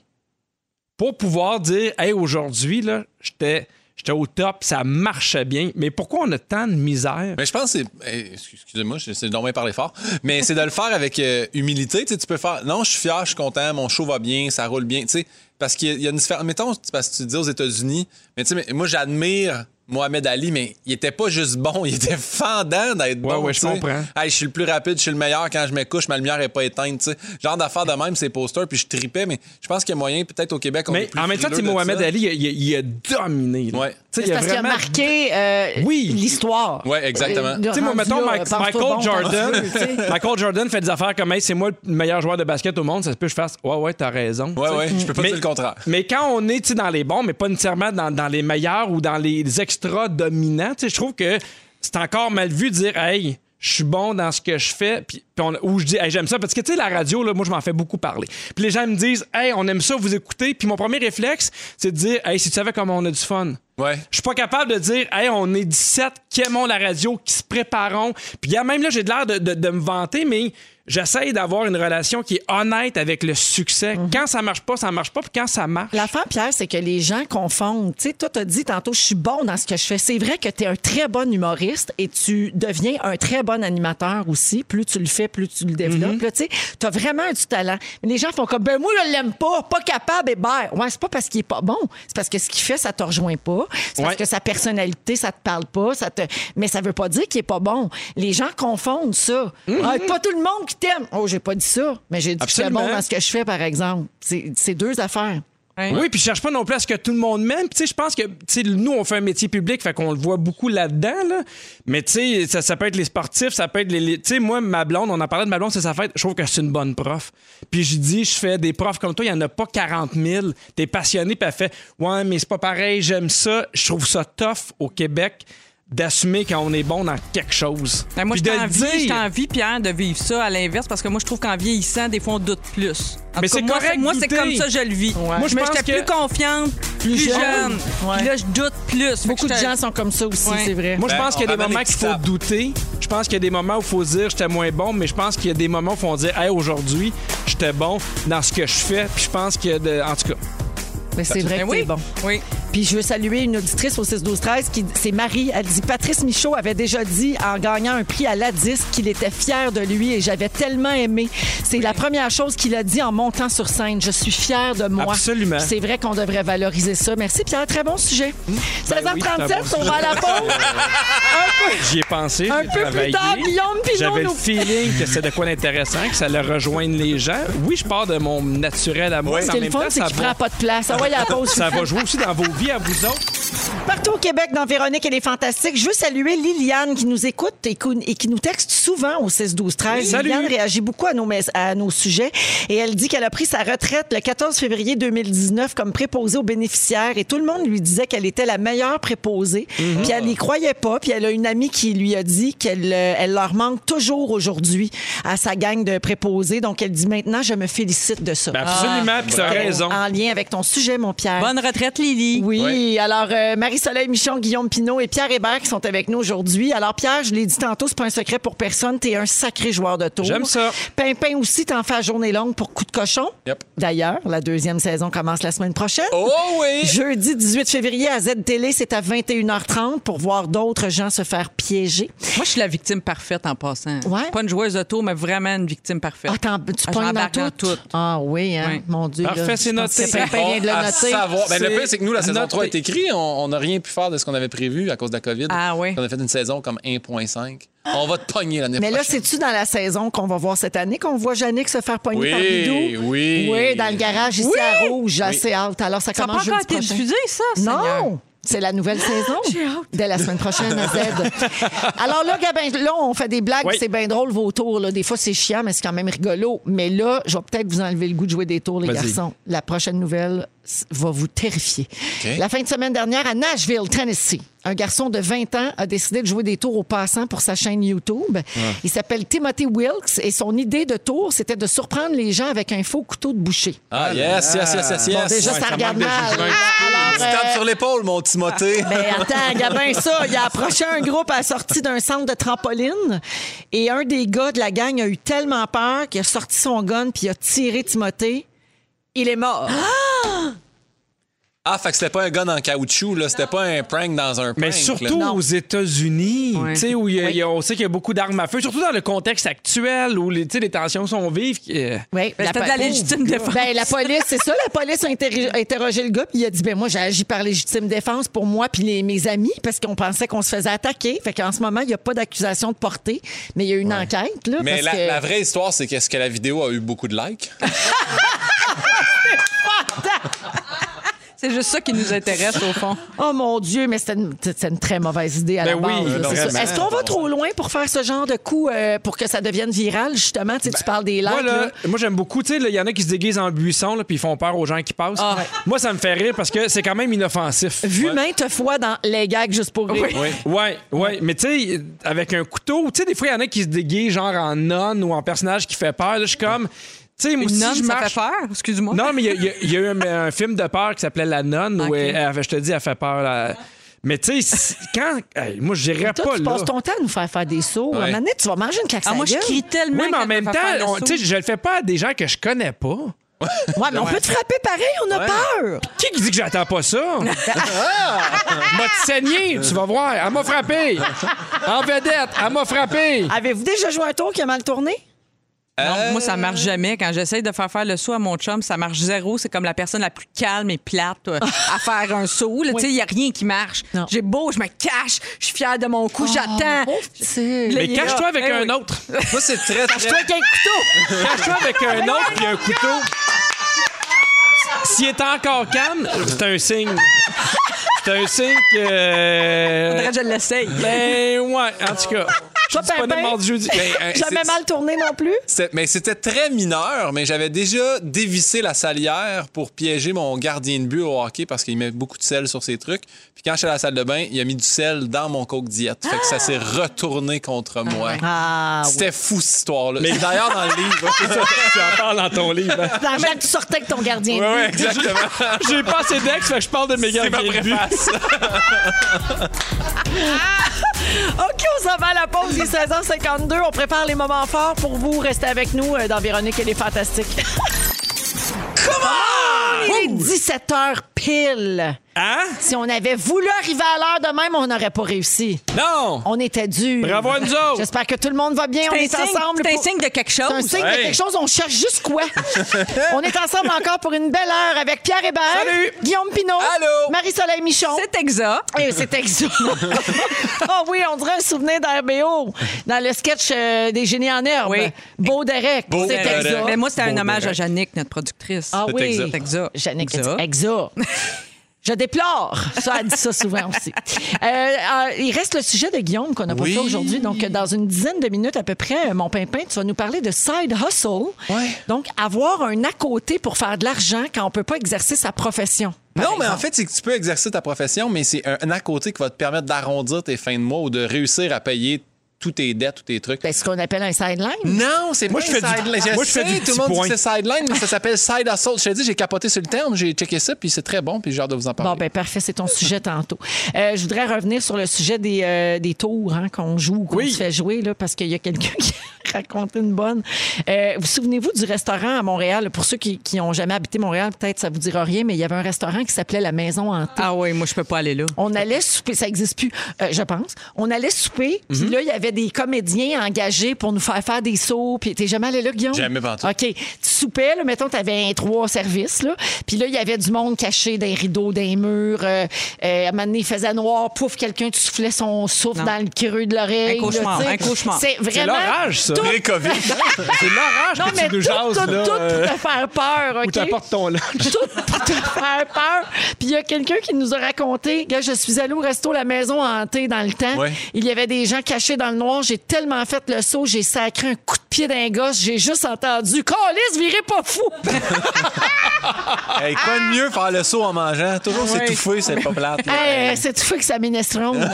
pour pouvoir dire Hey, aujourd'hui, là, j'étais. J'étais au top, ça marchait bien. Mais pourquoi on a tant de misère? Mais je pense que c'est. eh, Excusez-moi, je- c'est normalement parler fort. Mais c'est de le faire avec euh, humilité. Tu, sais, tu peux faire. Non, je suis fier, je suis content, mon show va bien, ça roule bien. Tu sais, parce qu'il y a- il y a une différence. Mettons, tu- parce que tu dis aux États-Unis, mais tu sais, mais moi, j'admire Mohamed Ali, mais il était pas juste bon, il était fendant d'être bon. ouais, tu je sais. comprends. Hey, je suis le plus rapide, je suis le meilleur. Quand je me couche, ma lumière est pas éteinte. tu sais. Genre d'affaires de même, c'est posters, puis je tripais, mais je pense qu'il y a moyen, peut-être au Québec, on est Mais plus en même temps, frileux tu sais, de Mohamed ça. Ali, il a, il a- il a dominé. là. Ouais. Tu sais, C'est parce qu'il a vraiment- marqué euh, Oui. l'histoire. Ouais, exactement. Euh, de Tu sais, moi, rendu mettons, là, Mike- pense-toi Michael bon, Jordan. pense-le, tu sais. Michael Jordan fait des affaires comme, hey, c'est moi le meilleur joueur de basket au monde, ça se peut que je fasse, ouais, ouais, t'as raison. Ouais, ouais, je peux pas Mais- dire le contraire. Mais quand on est tu sais, dans les bons, mais pas nécessairement dans, dans les meilleurs ou dans les extra dominants, tu sais, je trouve que c'est encore mal vu de dire Hey, je suis bon dans ce que je fais. Puis, puis on- ou je dis Hey, j'aime ça. Parce que tu sais, la radio, là, moi, je m'en fais beaucoup parler. Puis les gens me disent Hey, on aime ça, vous écoutez. Puis mon premier réflexe, c'est de dire Hey, si tu savais comment on a du fun. Ouais. Je suis pas capable de dire, hey, on est 17 qui aimons la radio, qui se préparons. Puis gars, même là, j'ai de l'air de, de- de me vanter, mais j'essaye d'avoir une relation qui est honnête avec le succès. Quand ça marche pas, ça marche pas. Puis quand ça marche. L'affaire, Pierre, c'est que les gens confondent. Tu sais, toi, t'as dit tantôt, je suis bon dans ce que je fais. C'est vrai que t'es un très bon humoriste et tu deviens un très bon animateur aussi. Plus tu le fais, plus tu le développes. Mm-hmm. Là, Tu sais, t'as vraiment du talent. Mais les gens font comme, ben moi, je l'aime pas, pas capable, et ben, ouais, c'est pas parce qu'il est pas bon. C'est parce que ce qu'il fait, ça te rejoint pas. C'est parce Ouais. que sa personnalité, ça te parle pas. Ça te... Mais ça veut pas dire qu'il est pas bon. Les gens confondent ça. Mm-hmm. Ah, pas tout le monde qui t'aime. Oh, j'ai pas dit ça, mais j'ai dit que je suis bon Absolument. dans ce que je fais, par exemple. C'est c'est deux affaires. Hein? Oui, puis je cherche pas non plus à ce que tout le monde m'aime. Puis, Tu sais, je pense que tu sais, nous, on fait un métier public, fait qu'on le voit beaucoup là-dedans. Là. Mais tu sais, ça, ça peut être les sportifs, ça peut être les. les- Tu sais, moi, ma blonde, on en parlait de ma blonde, c'est sa fête. Je trouve que c'est une bonne prof. Puis je dis, je fais des profs comme toi, il y en a pas 40 000. T'es passionné, puis elle fait, ouais, mais c'est pas pareil, j'aime ça. Je trouve ça tough au Québec d'assumer quand on est bon dans quelque chose. Ben, moi, Puis je de t'envie, dire- je t'envie, Pierre, de vivre ça à l'inverse parce que moi, je trouve qu'en vieillissant, des fois, on doute plus. En Mais tout c'est cas, moi, correct Moi, c'est douter. comme ça, je le vis. Moi, je mais pense j'étais que- plus confiante, plus Plus jeune. jeune. Ouais. Puis là, je doute plus. Fait Beaucoup que de j'étais- gens sont comme ça aussi, Ouais. c'est vrai. Moi, je Ben, pense qu'il y a on des ramène moments les qu'il faut petits douter. Je pense qu'il y a des moments où il faut se dire j'étais moins bon, mais je pense qu'il y a des moments où il faut se dire hey, aujourd'hui, j'étais bon dans ce que je fais. Puis je pense que, de... en tout cas, mais c'est vrai Ben que oui. c'est bon. Oui. Puis je veux saluer une auditrice au 6-12-13 qui, c'est Marie, elle dit Patrice Michaud avait déjà dit en gagnant un prix à la disque qu'il était fier de lui et j'avais tellement aimé. C'est la première chose qu'il a dit en montant sur scène. Je suis fier de moi. Absolument. Mmh. Puis C'est vrai qu'on devrait valoriser ça. Merci Pierre, très bon sujet. 16h37, oui, c'est un bon on va à la pause. j'y ai pensé. Un j'ai peu plus travaillé. tard, Guillaume Pinot J'avais le nous feeling que c'était de quoi d'intéressant, que ça allait rejoindre les gens. Oui, je pars de mon naturel à moi. Ouais. mais Ce en qui est le même fun, temps, c'est ça qu'il va- prend pas de place. Ah ouais, à la pause. ça va jouer aussi dans vos vies à vous autres. Partout au Québec, dans Véronique, elle est fantastique. Je veux saluer Liliane qui nous écoute et cou- et qui nous texte souvent au 6-12-13. Oui, salut. Liliane réagit beaucoup à nos, mes- à nos sujets et elle dit qu'elle a pris sa retraite le 14 février 2019 comme préposée aux bénéficiaires et tout le monde lui disait qu'elle était la meilleure préposée. Mm-hmm. Puis elle n'y croyait pas. Puis elle a une amie qui lui a dit qu'elle euh, elle leur manque toujours aujourd'hui à sa gang de préposés. Donc elle dit maintenant, je me félicite de ça. Ben, absolument, puis t'as raison. En lien avec ton sujet, mon Pierre. Bonne retraite, Lily. Oui, alors euh, Marie-Soleil Michon, Guillaume Pinot et Pierre Hébert qui sont avec nous aujourd'hui. Alors Pierre, je l'ai dit tantôt, c'est pas un secret pour personne, t'es un sacré joueur de tour. J'aime ça. Pimpin aussi, t'en fais à journée longue pour coup de cochon. Yep. D'ailleurs, la deuxième saison commence la semaine prochaine. Oh oui! Jeudi 18 février à Z-Télé, c'est à 21h30 pour voir d'autres gens se faire piéger. Moi, je suis la victime parfaite en passant. Ouais. Pas une joueuse auto, mais vraiment une victime parfaite. Ah, t'en- tu Ah, pognes dans j'embarque tout? Ah oui, hein? Oui. mon Dieu. là, Parfait, c'est je pense noté. que Pimpin vient de Bon, le à noter. savoir. Ben, le C'est pire, c'est que nous, la saison noté. 3 est écrite. On on n'a rien pu faire de ce qu'on avait prévu à cause de la COVID. Ah oui. On a fait une saison comme 1,5. On va te pogner l'année Mais là, prochaine. c'est-tu dans la saison qu'on va voir cette année qu'on voit Yannick se faire pogner Oui, par Bidou? oui. Oui, dans le garage ici Oui. à Rouge, assez hâte. Alors, ça Ça n'a pas commence encore jeudi été prochain. diffusé, ça, Seigneur? Non! C'est la nouvelle saison. J'ai hâte. Dès la semaine prochaine à Z. Alors là, Gabin, là, on fait des blagues, Oui. c'est bien drôle vos tours. là. Des fois, c'est chiant, mais c'est quand même rigolo. Mais là, je vais peut-être vous enlever le goût de jouer des tours, les Vas-y. garçons. La prochaine nouvelle s- va vous terrifier. La fin de semaine dernière, à Nashville, Tennessee, un garçon de 20 ans a décidé de jouer des tours aux passants pour sa chaîne YouTube. Ah. Il s'appelle Timothy Wilkes et son idée de tour, c'était de surprendre les gens avec un faux couteau de boucher. Ah, yes, yes, yes, yes, yes. Bon, déjà, Ouais, ça ça regarde manque de mal. jugement. Alors, Tu euh, tapes sur l'épaule, mon Timothée. ben attends, Gabin, ça, il a approché un groupe à la sortie d'un centre de trampoline et un des gars de la gang a eu tellement peur qu'il a sorti son gun puis il a tiré Timothée. Il est mort. Ah, fait que c'était pas un gun en caoutchouc, là. C'était pas un prank dans un prank. Mais là. surtout Non. aux États-Unis, Ouais. tu sais, où il y a- il y a- on sait qu'il y a beaucoup d'armes à feu, surtout dans le contexte actuel où les, tu sais, les tensions sont vives. qui- euh, Oui, Ben, c'était de la légitime défense. Ben, la police, c'est ça. La police a interri- interrogé le gars, puis il a dit ben moi, j'ai agi par légitime défense pour moi puis les- mes amis, parce qu'on pensait qu'on se faisait attaquer. Fait qu'en ce moment, il n'y a pas d'accusation de portée, mais il y a une enquête. Là, Mais parce la, que- la vraie histoire, c'est qu'est-ce que la vidéo a eu beaucoup de likes. C'est juste ça qui nous intéresse, au fond. Oh mon Dieu, mais c'était une, c'était une très mauvaise idée à Ben la base. oui, là, non, c'est ça. vraiment. Est-ce qu'on va trop loin pour faire ce genre de coup euh, pour que ça devienne viral, justement? Tu, sais, Ben, tu parles des likes. Moi, là, là. moi j'aime beaucoup. Tu sais, là, il y en a qui se déguisent en buisson là, puis ils font peur aux gens qui passent. Ah. Moi, ça me fait rire parce que c'est quand même inoffensif. Vu maintes fois dans les gags juste pour rire. Oui, ouais, ouais. Mais tu sais, avec un couteau, tu sais, des fois, il y en a qui se déguisent genre en nonne ou en personnage qui fait peur. Là, je suis comme, tu sais, moi, Une si homme, je ça marche... fait peur, excuse-moi. Non, mais il y a- il y, a- il y a eu un, un film de peur qui s'appelait La Nonne où Ok. elle- elle- je te dis, elle fait peur. là. Mais tu sais, si- quand. hey, moi, je n'irais Toi, pas tu là. passes ton temps à nous faire faire des sauts. À un moment donné, tu vas manger une claque Ah, sur moi, la je gueule. crie tellement. Oui, mais en quand même je temps, vais faire le on- saut. tu sais, je le fais pas à des gens que je connais pas. Ouais, mais on peut te frapper pareil, on a peur. Qui qui dit que j'attends pas ça? m'a saigné, tu vas voir. Elle m'a frappé. En vedette, elle m'a frappé. Avez-vous déjà joué un tour qui a mal tourné? Non, moi, ça marche jamais. Quand j'essaye de faire faire le saut à mon chum, ça marche zéro. C'est comme la personne la plus calme et plate euh, à faire un saut. là. Tu sais, il n'y a rien qui marche. Non. J'ai beau, je me cache, je suis fière de mon coup, Ah, j'attends. Oh, petit. Là, Mais il est cache-toi là. avec Eh un oui. autre. Moi, c'est très, très... Toi qui as un couteau! Cache-toi avec un autre puis un couteau. S'il est encore calme, c'est un signe. C'est un signe que. Faudrait que Je l'essaye. Ben ouais, en tout cas. Je Toi, suis pas Pimpin? né mardi jeudi. euh, Ben, hein, Jamais c'est- mal tourné non plus? c'était- Mais c'était très mineur, mais j'avais déjà dévissé la salière pour piéger mon gardien de but au hockey parce qu'il met beaucoup de sel sur ses trucs. Puis quand j'étais à la salle de bain, il a mis du sel dans mon coke diète. Fait que ça s'est retourné contre moi. Ah, oui. C'était fou, cette histoire-là. C'est d'ailleurs dans le livre. hein. tu en parles dans ton livre. hein. Dans Jacques, tu sortais avec ton gardien. de Ouais, but. ouais, exactement. J'ai pas assez d'ex, fait que je parle de mes gars C'est ma préface. OK, on s'en va à la pause. Il est 16h52. On prépare les moments forts pour vous. Restez avec nous euh, dans Véronique et les Fantastiques. Comment? Ah! Il est 17h pile. Hein? Si on avait voulu arriver à l'heure de même, on n'aurait pas réussi. Non! On était durs. Bravo à nous autres. J'espère que tout le monde va bien. On C'est un est signe- ensemble. c'est un pour- signe de quelque C'est un chose. signe de Hey. quelque chose. On cherche juste quoi. on est ensemble encore pour une belle heure avec Pierre Hébert, Salut. Guillaume Pinot, Allô. Marie-Soleil Michon. C'est exact. Et c'est exo. oh oui, on dirait un souvenir d'RBO dans le sketch euh, des génies en herbe. Oui. Beau Derek, Beau c'est Derek. exo. Mais Euh, ben, moi, c'était un hommage à Yannick, notre productrice. ah C'est oui, exo. Exo. Yannick Exo. exo. exo. Je déplore. Ça, elle dit ça souvent aussi. Euh, euh, il reste le sujet de Guillaume qu'on n'a pas Oui. fait aujourd'hui. Donc, euh, dans une dizaine de minutes à peu près, euh, mon pimpin, tu vas nous parler de side hustle. Ouais. Donc, avoir un à côté pour faire de l'argent quand on ne peut pas exercer sa profession. par Non, mais en exemple. fait, c'est que tu peux exercer ta profession, mais c'est un, un à côté qui va te permettre d'arrondir tes fins de mois ou de réussir à payer tous tes dettes, tous tes trucs. Ben, ce qu'on appelle un sideline. non, c'est moi je fais du- moi, je fais du tout le petit monde dit point. que c'est sideline, mais ça s'appelle side hustle. Je te dis, j'ai capoté sur le terme, j'ai checké ça, puis c'est très bon, puis j'ai hâte de vous en parler. Bon, ben parfait, c'est ton sujet tantôt. Euh, je voudrais revenir sur le sujet des, euh, des tours hein, qu'on joue, ou qu'on Oui. se fait jouer, là, parce qu'il y a quelqu'un qui raconter une bonne. Euh, vous souvenez-vous du restaurant à Montréal? Pour ceux qui n'ont jamais habité Montréal, peut-être ça vous dira rien, mais il y avait un restaurant qui s'appelait La Maison Hantée. Ah oui, moi, je peux pas aller là. On allait souper, ça n'existe plus, euh, je pense. On allait souper, Mhm. puis là, il y avait des comédiens engagés pour nous faire faire des sauts. Puis t'es jamais allé là, Guillaume? Jamais, pas en tout. OK. Tu soupais, là, mettons, t'avais un trois services, là. Puis là, il y avait du monde caché dans les rideaux, dans les murs. Euh, euh, à un moment donné, il faisait noir, pouf, quelqu'un, tu soufflais son souffle Non. dans le creux de l'oreille. Un cauchemar, là, tu sais. un cauchemar. C'est C'est vraiment... l'orage, ça. Après COVID. C'est l'orage Non, que mais tu tout, nous jases, tout, là. tout euh, pour te faire peur, Où OK? t'apportes ton lunch. tout pour te faire peur. Puis il y a quelqu'un qui nous a raconté que je suis allée au resto La Maison Hantée dans le temps. Ouais. Il y avait des gens cachés dans le noir. J'ai tellement fait le saut, j'ai sacré un coup de pied d'un gosse. J'ai juste entendu Calice, virez pas fou! Hey, quoi de mieux faire le saut en mangeant? Toujours s'étouffer, c'est pas plate. Ah, là. Euh, Hey, euh, c'est tout fait que ça minestrone.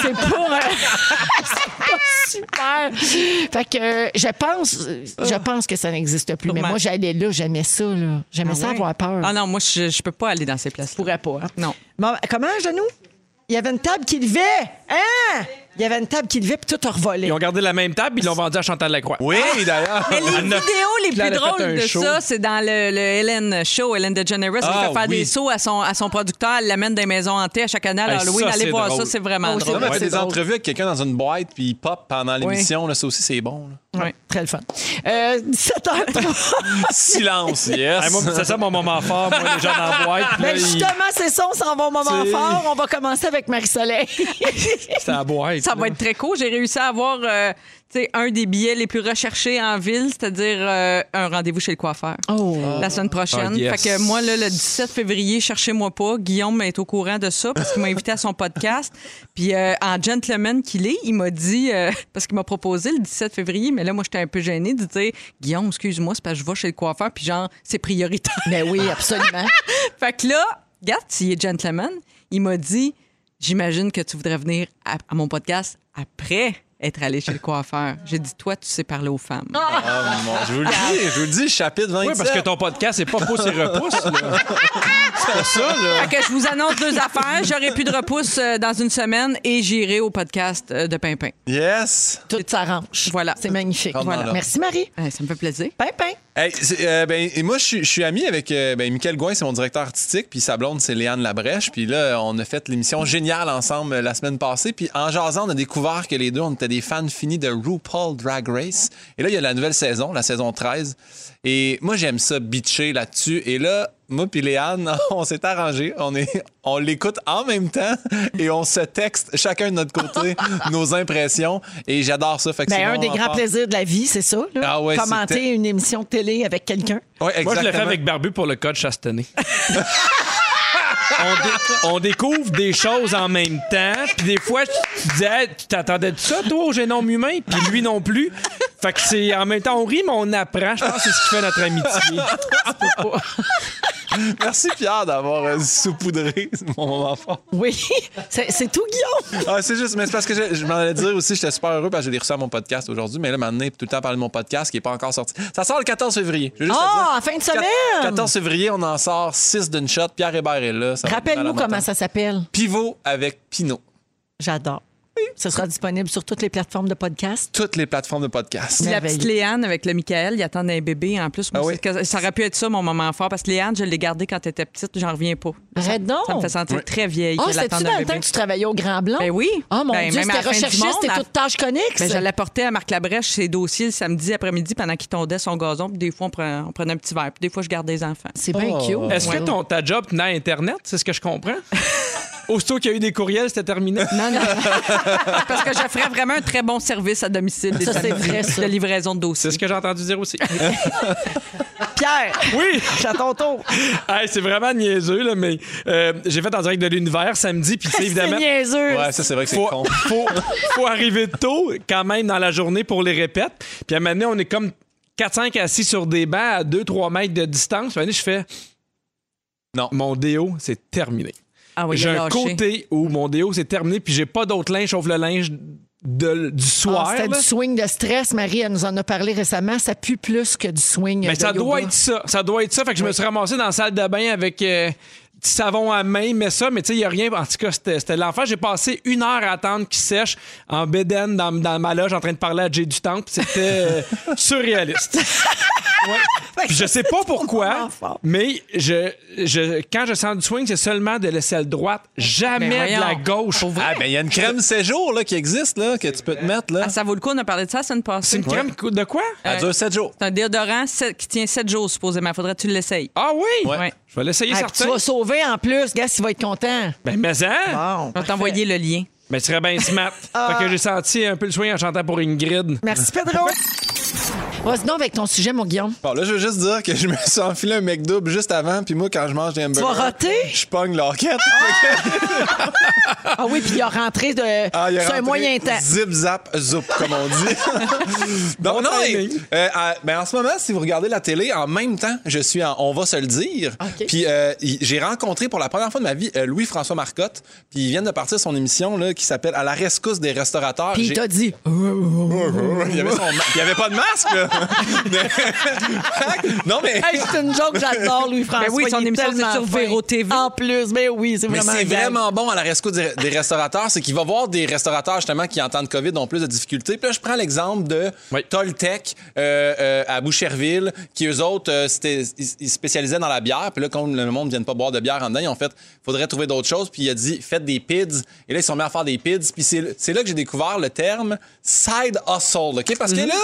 c'est pour. euh, c'est pas super. Fait que euh, je pense, Oh. je pense que ça n'existe plus. Mais Sûrement. moi, j'allais là, j'aimais ça. là. J'aimais ça Ouais. avoir peur. Ah non, moi, je, je peux pas aller dans ces places. pourrais pas. hein. Non. Bon, comment, genou? Il y avait une table qui levait. Hein? Il y avait une table qui levait, puis tout a revolé. Ils ont gardé la même table, ils l'ont vendue à Chantal Lacroix. Oui, d'ailleurs. Mais les Elle en a- vidéos les elle plus a fait drôles un de show. ça, c'est dans le, le Hélène Show, Hélène DeGeneres, qui Ah, fait faire oui. des sauts à son, à son producteur, elle l'amène dans les maisons hantées à chaque année à Hey, Halloween. ça, Allez c'est voir drôle. ça, c'est vraiment Oh, c'est On drôle. vrai. fait des drôle. entrevues avec quelqu'un dans une boîte, puis il pop pendant l'émission. là, Ça aussi, c'est bon. là. Ouais, Très le fun. Euh, 17 h Silence, yes. Hey, moi, c'est ça mon moment fort, moi, les gens dans la boîte. puis là, Mais ils- Ben, justement, c'est ça, on s'en va au moment C'est- fort. On va commencer avec Marie-Soleil. C'est à la boîte. Ça va être très court. J'ai réussi à avoir euh, tu sais, un des billets les plus recherchés en ville, c'est-à-dire euh, un rendez-vous chez le coiffeur. Oh. La semaine prochaine. Ah, yes. Fait que moi, là, le 17 février, cherchez-moi pas. Guillaume est au courant de ça parce qu'il m'a invité à son podcast. Puis euh, en gentleman qu'il est, il m'a dit, euh, parce qu'il m'a proposé le 17 février, mais là, moi, j'étais un peu gênée de dire Guillaume, excuse-moi, c'est parce que je vais chez le coiffeur, puis genre, c'est prioritaire. Mais oui, absolument. Fait que là, regarde, s'il est gentleman, il m'a dit J'imagine que tu voudrais venir à, à mon podcast après être allé chez le coiffeur. J'ai dit Toi, tu sais parler aux femmes. Ah, mon- je vous le dis, je vous le dis, chapitre 27. Oui, parce que ton podcast, c'est pas pouce et repousse. là. C'est pas ça, là. Fait que je vous annonce deux affaires. J'aurai plus de repousse euh, dans une semaine et j'irai au podcast euh, de Pimpin. Yes. Tout s'arrange. Voilà. C'est magnifique. Vraiment, Voilà. là. Merci, Marie. Euh, ça me fait plaisir. Pimpin. Hey, c'est, euh, ben, et moi, je suis- je suis ami avec euh, ben, Michael Gouin, c'est mon directeur artistique, puis sa blonde, c'est Léane Labrèche. Puis là, on a fait l'émission géniale ensemble euh, la semaine passée. Puis en jasant, on a découvert que les deux, on était des fans finis de RuPaul Drag Race. Et là, il y a la nouvelle saison, la saison 13. Et moi, j'aime ça, bitcher là-dessus. Et là, moi puis Léane, on s'est arrangé. On, est, on l'écoute en même temps et on se texte chacun de notre côté nos impressions. Et j'adore ça. Fait que Ben, c'est un bon, des on grands part. plaisirs de la vie, c'est ça. là. Ah ouais, Commenter c'était- une émission de télé avec quelqu'un. Moi, je Ouais, l'ai fait exactement. avec Barbu pour le code chastené. on, dé- on découvre des choses en même temps. Puis des fois, je disais, Hey, tu t'attendais de ça, toi, au génome humain? Puis lui non plus. Fait que c'est en même temps, on rit, mais on apprend. Je pense que c'est ce qui fait notre amitié. Merci Pierre d'avoir euh, saupoudré mon moment fort. Oui. C'est c'est tout, Guillaume. Ah, c'est juste, mais c'est parce que je, je m'en allais dire aussi, j'étais super heureux parce que je l'ai reçu à mon podcast aujourd'hui, mais là, maintenant, il peut tout le temps parler de mon podcast qui n'est pas encore sorti. Ça sort le 14 février. Je veux juste Ah, te dire. en fin de semaine! 14 février, on en sort 6 d'une shot. Pierre Hébert est là. ça va être Rappelle-nous malade comment mental. ça s'appelle. Pivot avec Pinot. J'adore. Ce sera disponible sur toutes les plateformes de podcast. Toutes les plateformes de podcast. Puis la Merveilleux. petite Léane avec le Michael, il attend un bébé en plus. Moi, Ah oui? c'est que- Ça aurait pu être ça mon moment fort parce que Léane, je l'ai gardée quand elle était petite, j'en reviens pas. Arrête donc. Ça me fait sentir Oui. très vieille. Ah, qu'elle c'était-tu attende Oh. dans un le temps bébé. que tu travaillais au Grand Blanc? Ben oui. Ah, mon Ben, Dieu, même à c'était la fin du recherchiste, monde, c'était à- toute tâche connexe. Ben, je l'apportais à Marc Labrèche ses dossiers le samedi après-midi pendant qu'il tondait son gazon. Puis des fois, on prenait, on prenait un petit verre. Puis des fois, je gardais les enfants. C'est bien Oh. cute. Est-ce que Ouais. ton, ta job tenait à Internet? C'est ce que je comprends? Aussitôt qu'il y a eu des courriels, c'était terminé. Non, non. Parce que je ferais vraiment un très bon service à domicile des Ça, c'est samedis, vrai, ça. de livraison de dossiers. C'est ce que j'ai entendu dire aussi. Pierre, Oui! c'est à ton tour. Hey, c'est vraiment niaiseux, là, mais euh, j'ai fait en direct de l'univers samedi, puis c'est C'est évidemment. niaiseux. Ouais, ça, c'est vrai que c'est faut, con. faut, faut arriver tôt quand même dans la journée pour les répètes. Puis à un moment donné, on est comme 4-5 assis sur des bancs à 2-3 mètres de distance. Puis à un moment donné, je fais Non. mon déo, c'est terminé. Ah oui, il j'ai a un lâché. côté où mon déo, c'est terminé, puis j'ai pas d'autre linge sauf le linge de- du Ah, soir. C'était là. du swing de stress. Marie, elle nous en a parlé récemment. Ça pue plus que du swing. Mais de ça yoga. doit être ça. Ça doit être ça. Fait que je me suis ramassé dans la salle de bain avec euh, petit savon à main, mais ça, mais tu sais, il n'y a rien. En tout cas, c'était c'était l'enfer. J'ai passé une heure à attendre qu'il sèche en bédaine dans, dans ma loge en train de parler à Jay du Temple. C'était euh, surréaliste. Ouais. Puis je sais pas pourquoi, mais je, je, quand je sens du swing, c'est seulement de l'aisselle droite, jamais de la voyons. gauche. Ah, ben, il y a une crème séjour là, qui existe, là, que tu peux te mettre. Là. Ah, ça vaut le coup, on a parlé de ça la semaine passée. C'est une crème cou- de quoi? Elle dure 7 jours. C'est un déodorant sept- qui tient 7 jours, supposément. Faudrait que tu l'essayes. Ah oui! Ouais. Je vais l'essayer Ah, puis tu certain. vas sauver en plus. Gars, il va être content. Ben, mais hein? Bon. On va t'envoyer le lien. Mais tu serais bien smart. Ah. Fait que j'ai senti un peu le swing en chantant pour Ingrid. Merci, Pedro. Vas-y donc avec ton sujet, mon Guillaume. Bon, là, je veux juste dire que je me suis enfilé un mec double juste avant, puis moi, quand je mange des hamburgers. vas roter? Je pogne l'enquête. Ah oui, puis il a rentré de. Ah, il est c'est un rentré moyen temps. Zip, zap, zoup, comme on dit. Donc, Bon non, timing. mais, euh, à- ben, en ce moment, si vous regardez la télé, en même temps, je suis en On va se le dire. OK. Puis euh, y- j'ai rencontré pour la première fois de ma vie euh, Louis-François Marcotte. Puis il vient de partir son émission là, qui s'appelle À la rescousse des restaurateurs. Puis il J'ai- t'a dit. Oh, il y avait, son ma- il y avait pas de masque, là. Mais- non, mais. Hey, c'est une joke, j'adore Louis-François. Ben oui, son il est émission, c'est tellement sur fin. Véro TV. En plus, mais oui, c'est Mais vraiment. c'est un gag. vraiment bon à la rescousse des, des restaurateurs, c'est qu'il va voir des restaurateurs justement qui en temps de COVID ont plus de difficultés. Puis là, je prends l'exemple de Oui. Toltec euh, euh, à Boucherville, qui eux autres, euh, c'était- ils ils se spécialisaient dans la bière. Puis là, quand le monde ne vient pas boire de bière en dedans, ils ont fait, faudrait trouver d'autres choses. Puis il a dit, faites des pids. Et là, ils se sont mis à faire des pids. Puis c'est c'est là que j'ai découvert le terme side hustle. OK? Parce que là,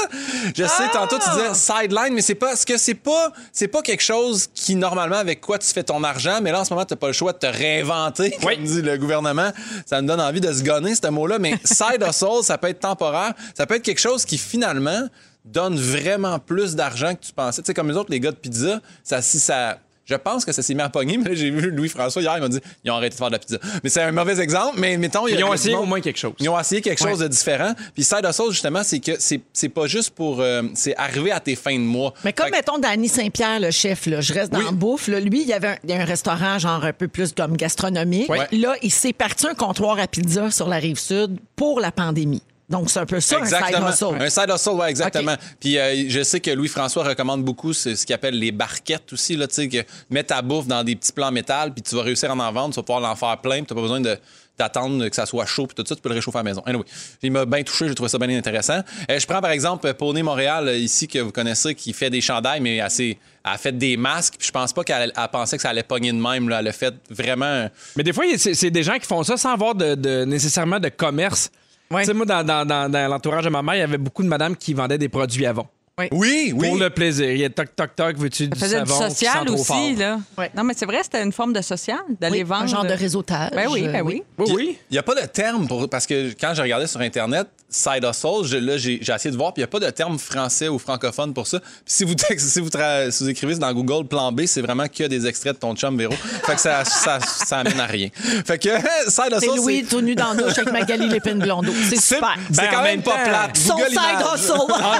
je sais, tantôt, tu disais sideline, mais c'est pas, ce que c'est pas, c'est pas quelque chose qui, normalement, avec quoi tu fais ton argent, mais là, en ce moment, t'as pas le choix de te réinventer, comme Oui. dit le gouvernement. Ça me donne envie de se gonner, ce mot-là, mais side hustle, ça peut être temporaire. Ça peut être quelque chose qui, finalement, donne vraiment plus d'argent que tu pensais. Tu sais, comme les autres, les gars de pizza, ça, si ça, je pense que ça s'est mis à pogner, mais là, j'ai vu Louis-François hier, il m'a dit, ils ont arrêté de faire de la pizza. Mais c'est un mauvais exemple, mais mettons, il y a- Ils il y ont a essayé du au monde- moins quelque chose. ils ont essayé quelque chose de différent. Puis Side Hustle, justement, c'est que c'est c'est pas juste pour... euh, c'est arriver à tes fins de mois. Mais comme, Fait que- mettons, Danny Saint-Pierre, le chef, là, je reste dans Oui. la bouffe, là, lui, il y avait un, il y a un restaurant, genre un peu plus comme gastronomique. Ouais. Là, il s'est parti un comptoir à pizza sur la rive sud pour la pandémie. Donc, c'est un peu ça, Exactement. un side hustle. Un side hustle, ouais, exactement. OK. Puis euh, je sais que Louis-François recommande beaucoup ce, ce qu'il appelle les barquettes aussi, là, tu sais, que mets ta bouffe dans des petits plans métal, puis tu vas réussir à en vendre, tu vas pouvoir l'en faire plein, puis t'as pas besoin de d'attendre que ça soit chaud, puis tout ça, tu peux le réchauffer à la maison. Anyway, il m'a bien touché, j'ai trouvé ça bien intéressant. Euh, je prends par exemple Poney Montréal, euh, ici, que vous connaissez, qui fait des chandails, mais assez... Elle a fait des masques, puis je pense pas qu'elle elle pensait que ça allait pogner de même. Là. Elle a fait vraiment... un- Mais des fois, il y a- c'est c'est des gens qui font ça sans avoir de, de- nécessairement de commerce. Ouais. Tu sais, moi, dans, dans- dans- dans l'entourage de ma mère, il y avait beaucoup de madames qui vendaient des produits avant. Oui, oui. Pour le plaisir. Il y a toc, toc, toc, veux-tu du Ça faisait savon? du qui sent social trop aussi, fort. là. Ouais. Non, mais c'est vrai, c'était une forme de social, d'aller Oui, vendre. un genre de réseautage. Ben oui, ben oui. Oui, Puis, oui. Il n'y a pas de terme pour. Parce que quand j'ai regardé sur Internet, side hustle, je- là, j'ai j'ai essayé de voir, puis il n'y a pas de terme français ou francophone pour ça. Puis si vous, texte- si vous, tra- si vous écrivez dans Google plan B, c'est vraiment que des extraits de ton chum, Véro. Fait que ça, ça, ça amène à rien. Fait que side hustle. C'est Louis tout nu dans la douche avec Magali Lépine Blondeau. C'est C'est super. c'est Ben, en quand même, même pas temps, plate. Son Google Ah, side image. hustle. Ah.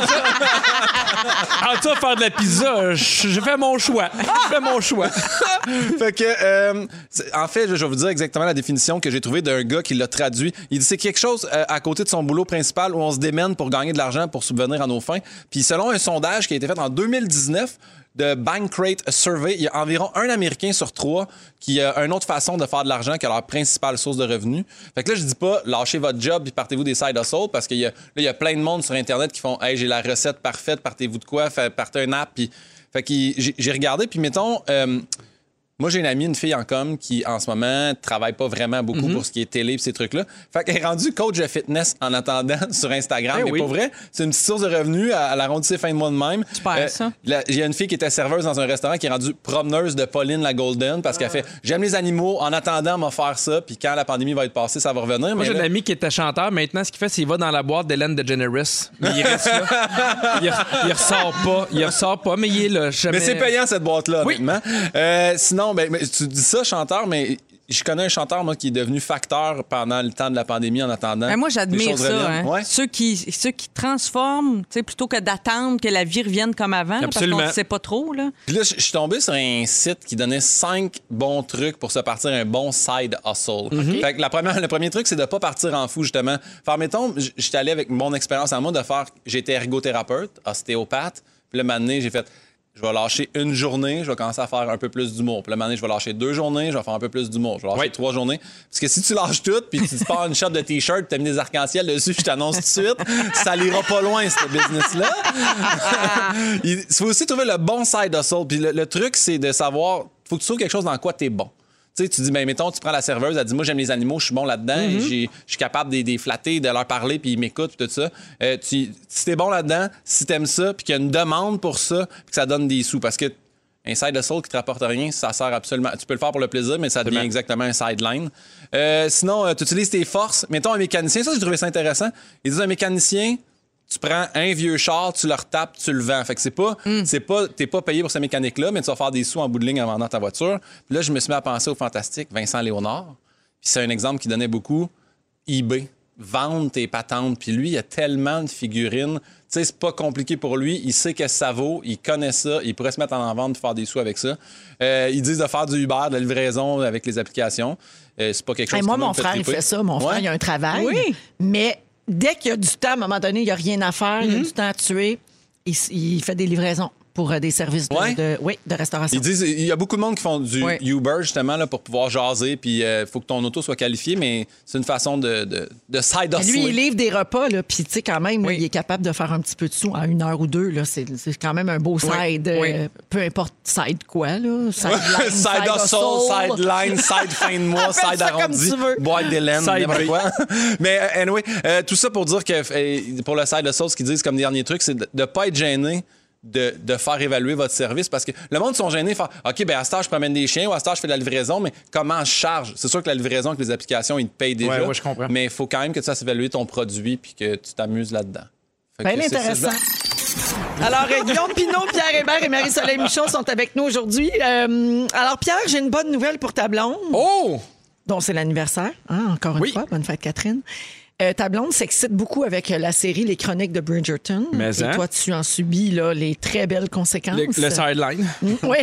En tout cas, Ah, faire de la pizza, je je fais mon choix. Je fais mon choix. fait que, euh, c'est- en fait, je je vais vous dire exactement la définition que j'ai trouvée d'un gars qui l'a traduit. Il dit c'est quelque chose euh, à côté de son boulot principal où on se démène pour gagner de l'argent pour subvenir à nos fins. Puis selon un sondage qui a été fait en 2019 de Bankrate Survey, il y a environ un Américain sur trois qui a une autre façon de faire de l'argent que leur principale source de revenus. Fait que là, je dis pas lâchez votre job puis partez-vous des side hustles parce qu'il y a, là, il y a plein de monde sur Internet qui font Hey, j'ai la recette parfaite, partez-vous de quoi, Fait- partez un app. Puis, fait que j'ai j'ai regardé, puis mettons, euh, moi, j'ai une amie, une fille en com, qui en ce moment travaille pas vraiment beaucoup pour ce qui est télé et ces trucs-là. Fait qu'elle est rendue coach de fitness en attendant sur Instagram. Eh mais oui. pour vrai, c'est une petite source de revenus à, à la ronde de ses fins de mois de même. Euh, Super, ça. la- Il y a une fille qui était serveuse dans un restaurant qui est rendue promeneuse de Pauline la Golden parce qu'elle fait J'aime les animaux, en attendant, m'en faire ça, puis quand la pandémie va être passée, ça va Moi, revenir. mais j'ai un là- ami qui était chanteur. Maintenant, ce qu'il fait, c'est qu'il va dans la boîte d'Hélène DeGeneres. Mais il reste là. Il, re- il ressort pas. Il ressort pas, mais il est là. Jamais- Mais c'est payant cette boîte-là, Oui. honnêtement. Euh, sinon, ben, mais tu dis ça, chanteur, mais je connais un chanteur moi, qui est devenu facteur pendant le temps de la pandémie en attendant. Ben, moi, les j'admire choses ça. reviennent. hein. Ouais. Ceux, qui, ceux qui transforment, tu sais, plutôt que d'attendre que la vie revienne comme avant, là, parce Absolument. qu'on ne sait pas trop. Là. Puis là, je je suis tombé sur un site qui donnait cinq bons trucs pour se partir un bon side hustle. Fait que la première, le premier truc, c'est de pas partir en fou, justement. Faire, mettons, j- j'étais allé avec mon expérience en moi de faire, j'étais ergothérapeute, ostéopathe. Puis le matin, j'ai fait, je vais lâcher une journée, je vais commencer à faire un peu plus d'humour. Puis le moment donné, je vais lâcher deux journées, je vais faire un peu plus d'humour. Je vais lâcher Oui. trois journées. Parce que si tu lâches tout, puis tu te pars une shop de t-shirt, tu as mis des arcs-en-ciel dessus, je t'annonce tout de suite, ça l'ira pas loin, ce business-là. Il faut aussi trouver le bon side hustle. Puis le, le truc, c'est de savoir, faut que tu trouves quelque chose dans quoi tu es bon. Tu sais, tu dis, ben, mettons, tu prends la serveuse, elle dit, moi, j'aime les animaux, je suis bon là-dedans, et j'ai- je suis capable de de les flatter, de leur parler, puis ils m'écoutent, puis tout ça. Euh, tu, si t'es bon là-dedans, si t'aimes ça, puis qu'il y a une demande pour ça, puis que ça donne des sous. Parce que un side hustle qui te rapporte rien, ça sert absolument. Tu peux le faire pour le plaisir, mais ça devient exactement un sideline. Euh, sinon, tu utilises tes forces. Mettons, un mécanicien, ça, j'ai trouvé ça intéressant. Ils disent, un mécanicien, tu prends un vieux char, tu le retapes, tu le vends. Fait que c'est pas, c'est pas, t'es pas payé pour cette mécanique-là, mais tu vas faire des sous en bout de ligne en vendant ta voiture. Puis là, je me suis mis à penser au fantastique Vincent Léonard. Puis c'est un exemple qui donnait beaucoup. eBay. Vendre tes patentes. Puis lui, il y a tellement de figurines. Tu sais, c'est pas compliqué pour lui. Il sait qu'est-ce que ça vaut. Il connaît ça. Il pourrait se mettre en vente et faire des sous avec ça. Euh, ils disent de faire du Uber, de la livraison avec les applications. Euh, c'est pas quelque chose Hey, qui moi, nous mon fait frère, il triper. fait ça. Mon Ouais. frère, il a un travail. Oui. Mais dès qu'il y a du temps, à un moment donné, il n'y a rien à faire, il y a Mm-hmm. du temps à tuer, il, s- il fait des livraisons pour euh, des services de, Ouais. de- oui, de restauration. Ils disent, il y a beaucoup de monde qui font du Ouais. Uber justement là, pour pouvoir jaser, puis il faut que ton auto soit qualifié, mais c'est une façon de, de, de side Mais lui, hustler. il livre des repas, là, puis tu sais, quand même, là, Oui. il est capable de faire un petit peu de sous en une heure ou deux. là. C'est c'est quand même un beau side, Oui. euh, peu importe side quoi, là. Side, line, side hustle, sideline, side fin de mois, Appelle side ça comme arrondi, tu veux. boîte d'Hélène, Side n'importe B. quoi. Mais euh, anyway, euh, tout ça pour dire que euh, pour le side hustle, ce qu'ils disent comme dernier truc, c'est de ne pas être gêné. De, de faire évaluer votre service parce que le monde sont gênés faire OK ben à ce heure je promène des chiens ou à ce heure je fais de la livraison mais comment je charge c'est sûr que la livraison avec les applications ils te payent déjà ouais, je comprends. mais il faut quand même que tu fasses évaluer ton produit puis que tu t'amuses là-dedans Fait Bien que c'est- c'est- Ben, intéressant. Alors, euh, Guillaume Pinot, Pierre Hébert et Marie-Soleil Michon sont avec nous aujourd'hui. Euh, alors, Pierre, j'ai une bonne nouvelle pour ta blonde, Oh! dont c'est l'anniversaire, hein, encore une Oui. fois. Bonne fête, Catherine. Euh, ta blonde s'excite beaucoup avec euh, la série Les Chroniques de Bridgerton. Mais et hein. toi, tu en subis là, les très belles conséquences. Le, le sideline. Mm, Oui.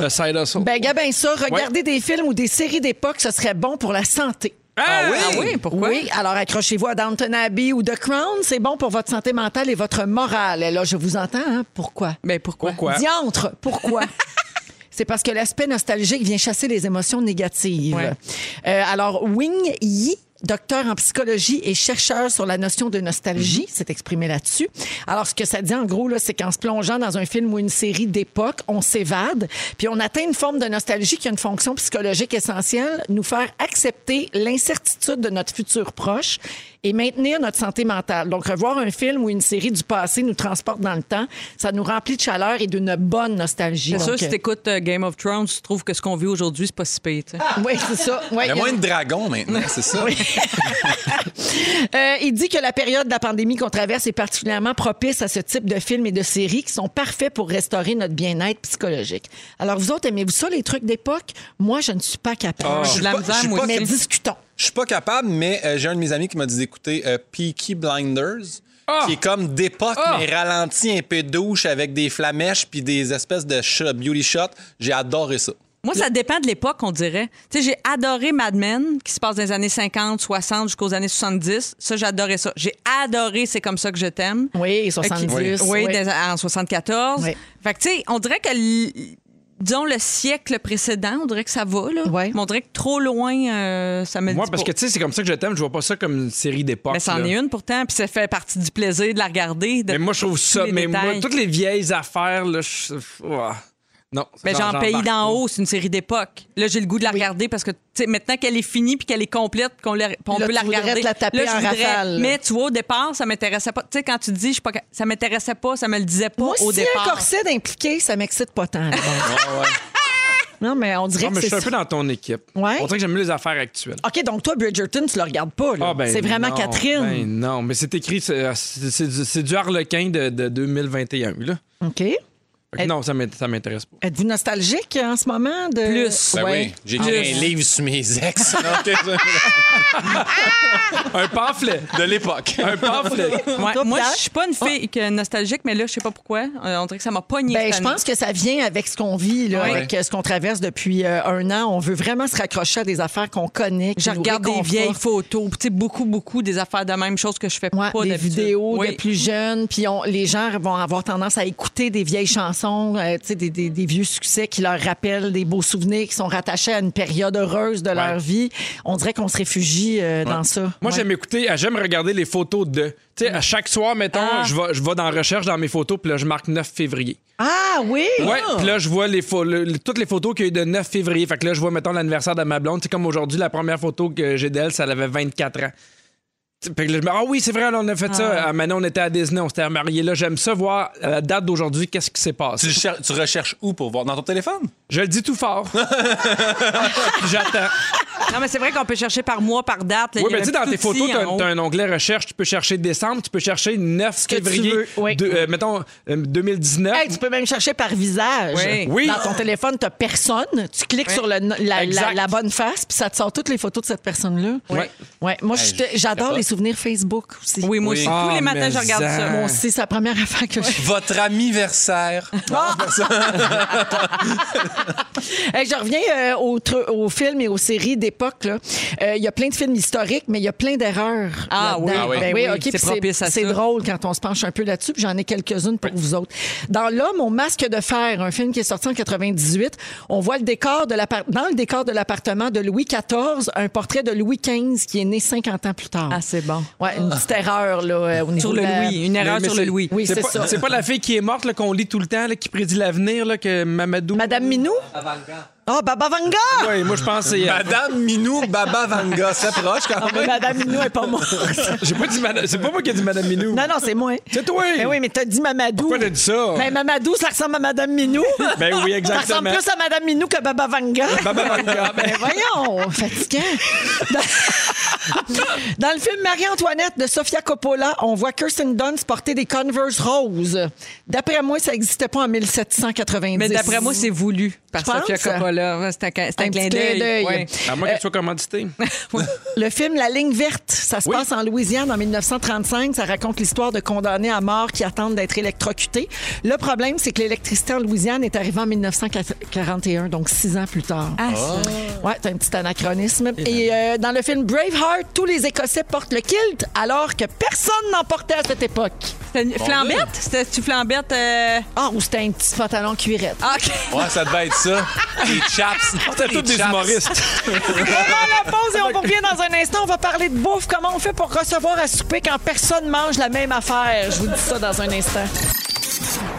Le side hustle. Ben, Gabin, ça, regarder des films ou des séries d'époque, ce serait bon pour la santé. Ah Ah oui, pourquoi? Oui, alors accrochez-vous à Downton Abbey ou The Crown, c'est bon pour votre santé mentale et votre morale. Et là, je vous entends, hein? pourquoi? Ben pourquoi? Pourquoi? Diantre, pourquoi? C'est parce que l'aspect nostalgique vient chasser les émotions négatives. Ouais. Euh, alors, Wing Yi, docteur en psychologie et chercheur sur la notion de Mhm. nostalgie, s'est exprimé là-dessus. Alors, ce que ça dit, en gros, là, c'est qu'en se plongeant dans un film ou une série d'époque, on s'évade, puis on atteint une forme de nostalgie qui a une fonction psychologique essentielle, nous faire accepter l'incertitude de notre futur proche et maintenir notre santé mentale. Donc, revoir un film ou une série du passé nous transporte dans le temps. Ça nous remplit de chaleur et d'une bonne nostalgie. C'est sûr, Donc, si t'écoutes euh, Game of Thrones, tu trouves que ce qu'on vit aujourd'hui, c'est pas si pire. tu sais. Ah, euh, Oui, c'est ça. Ouais, Il y a il y a- moins de dragons maintenant, c'est ça? Euh, il dit que la période de la pandémie qu'on traverse est particulièrement propice à ce type de films et de séries qui sont parfaits pour restaurer notre bien-être psychologique. Alors, vous autres, aimez-vous ça, les trucs d'époque? Moi, je ne suis pas capable. J'ai de la pas- je misère, suis moi pas- Mais aussi. discutons. Je suis pas capable, mais euh, j'ai un de mes amis qui m'a dit d'écouter euh, Peaky Blinders, Ah! qui est comme d'époque, Ah! mais ralenti un peu douche avec des flamèches puis des espèces de sh- beauty shots. J'ai adoré ça. Moi, ça dépend de l'époque, on dirait. Tu sais, j'ai adoré Mad Men, qui se passe dans les années 50, 60 jusqu'aux années 70. Ça, j'adorais ça. J'ai adoré C'est comme ça que je t'aime. Oui, Euh, qui- 70. Oui, oui. dans- en 74. Oui. Fait que, tu sais, on dirait que, l- disons, le siècle précédent, on dirait que ça va, là. Ouais. Mais on dirait que trop loin, euh, ça me Moi, dit parce que pas. tu sais, c'est comme ça que je t'aime. Je vois pas ça comme une série d'époque. Mais c'en là. est une pourtant, puis ça fait partie du plaisir de la regarder. de Mais moi, je trouve tous ça. les Mais moi, détails. toutes les vieilles affaires, là, je. Ouah. Non. Mais genre Pays j'embarque Ben, d'en pas. haut, c'est une série d'époque. Là, j'ai le goût de la regarder parce que tu sais, maintenant qu'elle est finie puis qu'elle est complète, qu'on la- qu'on Là, peut la tu voudrais regarder. te la taper là, je en voudrais- rafale. Mais tu vois, au départ, ça m'intéressait pas. Tu sais, quand tu dis, je suis pas, ca- ça m'intéressait pas, ça me le disait pas Moi, au si départ. un corset d'impliqué, ça m'excite pas tant. là. Non, mais on dirait Non, mais que je suis c'est un peu dans ton équipe. Ouais. On dirait que j'aime mieux les affaires actuelles. OK, donc toi, Bridgerton, tu le regardes pas. là. Ah, ben c'est vraiment non, ben Catherine. non, mais c'est écrit, c'est euh, c'est du, c'est du harlequin de, de 2021. Là. OK. Fait que Elle- Non, ça m'int- ça m'intéresse pas. Êtes-vous nostalgique en ce moment? De... Plus. Ben Ouais. oui, j'ai écrit oui. un livre sur mes ex Un pamphlet! de l'époque. Un pamphlet! Ouais, Toi, moi, Pierre? Ah. je suis pas une fille que- nostalgique, mais là, je sais pas pourquoi. Euh, On dirait que ça m'a pogné. Ben, je pense que ça vient avec ce qu'on vit, là, Ouais. avec euh, ce qu'on traverse depuis euh, un an. On veut vraiment se raccrocher à des affaires qu'on connaît. qui Je nous regarde des réconfortent. vieilles photos, puis tu sais, beaucoup, beaucoup des affaires de même chose que je fais Ouais, pas des d'habitude. vidéos Oui. de plus jeunes, puis on- les gens vont avoir tendance à écouter des vieilles chansons, euh, tu sais, des, des- des vieux succès qui leur rappellent des beaux souvenirs qui sont rattachés à une période heureuse de leur vie. On dirait qu'on se réfugie euh, dans ça. Moi, Ouais. j'aime écouter, euh, j'aime regarder les photos de. Tu sais, à chaque soir, mettons, Ah. je vais, je vais dans recherche dans mes photos, puis là, je marque 9 février. Ah oui! Ouais, puis là, je vois les pho- le- le- toutes les photos qu'il y a eu de 9 février. Fait que là, je vois, mettons, l'anniversaire de ma blonde. C'est comme aujourd'hui, la première photo que j'ai d'elle, ça elle avait 24 ans. T'sais, Fait que là, je me ah oui, c'est vrai, là, on a fait ça. Ah, maintenant, on était à Disney, on s'était remariés. Là, j'aime ça voir à la date d'aujourd'hui, qu'est-ce qui s'est passé. Tu, cher- tu recherches où pour voir? Dans ton téléphone? Je le dis tout fort. J'attends. Non, mais c'est vrai qu'on peut chercher par mois, par date. là, Oui, il y a mais un dis, dans petit tes photos, outil t'as en haut. t'as un onglet recherche. Tu peux chercher décembre, tu peux chercher 9 que tu février, veux, oui. de- euh, mettons, euh, 2019. Hey, tu peux même chercher par visage. Oui. Oui. Dans ton téléphone, t'as personne. Tu cliques sur le- la, la- Exact. la bonne face, puis ça te sort toutes les photos de cette personne-là. Ouais. Ouais. Moi, je- Hey, je- j'adore capote. les souvenirs Facebook aussi. Oui, moi Oui. aussi. Ah, Tous les matins, mais je regarde ça. ça. Moi aussi, c'est la première affaire que je Votre anniversaire. Ah! Hey, je reviens euh, au tru- aux films et aux séries d'époque. là. Euh, Il y a plein de films historiques, mais il y a plein d'erreurs. Ah là-dedans. oui, Ah oui. Ben ben oui, OK, c'est puis propice à C'est ça. drôle quand on se penche un peu là-dessus, puis j'en ai quelques-unes pour vous autres. Dans L'homme au masque de fer, un film qui est sorti en 98, on voit le décor de l'appart- dans le décor de l'appartement de Louis XIV, un portrait de Louis XV qui est né 50 ans plus tard. Ah, c'est bon. Ah. Ouais, une petite erreur là, euh, au niveau Sur le de la- Louis, une erreur Mais- mais sur le c'est- Louis. Oui, c'est pas- ça. C'est pas la fille qui est morte là, qu'on lit tout le temps, là, qui prédit l'avenir, là, que Mamadou. Madame Minou? Ah, oh, Baba Vanga! Oui, moi, je pense que c'est. euh, Madame Minou Baba Vanga s'approche quand Mais même. Madame Minou est pas morte. J'ai pas dit Madame- C'est pas moi qui ai dit Madame Minou. Non, non, c'est moi. C'est toi. Ben oui, mais t'as dit Mamadou. Pourquoi t'as dit ça? Ben Mamadou, ça ressemble à Madame Minou. Ben oui, Ça ressemble exactement. plus à Madame Minou qu'à Baba Vanga. Baba Vanga, ben- Ben voyons, fatiguant. Dans... Dans le film Marie-Antoinette de Sofia Coppola, on voit Kirsten Dunst porter des Converse roses. D'après moi, ça n'existait pas en 1790. Mais d'après moi, c'est voulu par Tu penses? Sofia Coppola. Ouais, C'est un, ca- c'est un Un clin petit clin d'œil. d'œil. Ouais. À euh, moins qu'elle soit commanditée. Le film La ligne verte, ça se Oui. passe en Louisiane en 1935. Ça raconte l'histoire de condamnés à mort qui attendent d'être électrocutés. Le problème, c'est que l'électricité en Louisiane est arrivée en 1941, donc six ans plus tard. Ah, ça. Ouais, c'est un petit anachronisme. Et euh, dans le film Braveheart, tous les Écossais portent le kilt alors que personne n'en portait à cette époque. C'était une flambette? C'était-tu flambette? euh, Ah, ou c'était un petit pantalon cuirette. ah, OK. Ouais, ça devait être ça. Les chaps. C'était tous Les des chaps. humoristes. Avant la pause et on revient dans un instant. On va parler de bouffe. Comment on fait pour recevoir à souper quand personne mange la même affaire? Je vous dis ça dans un instant.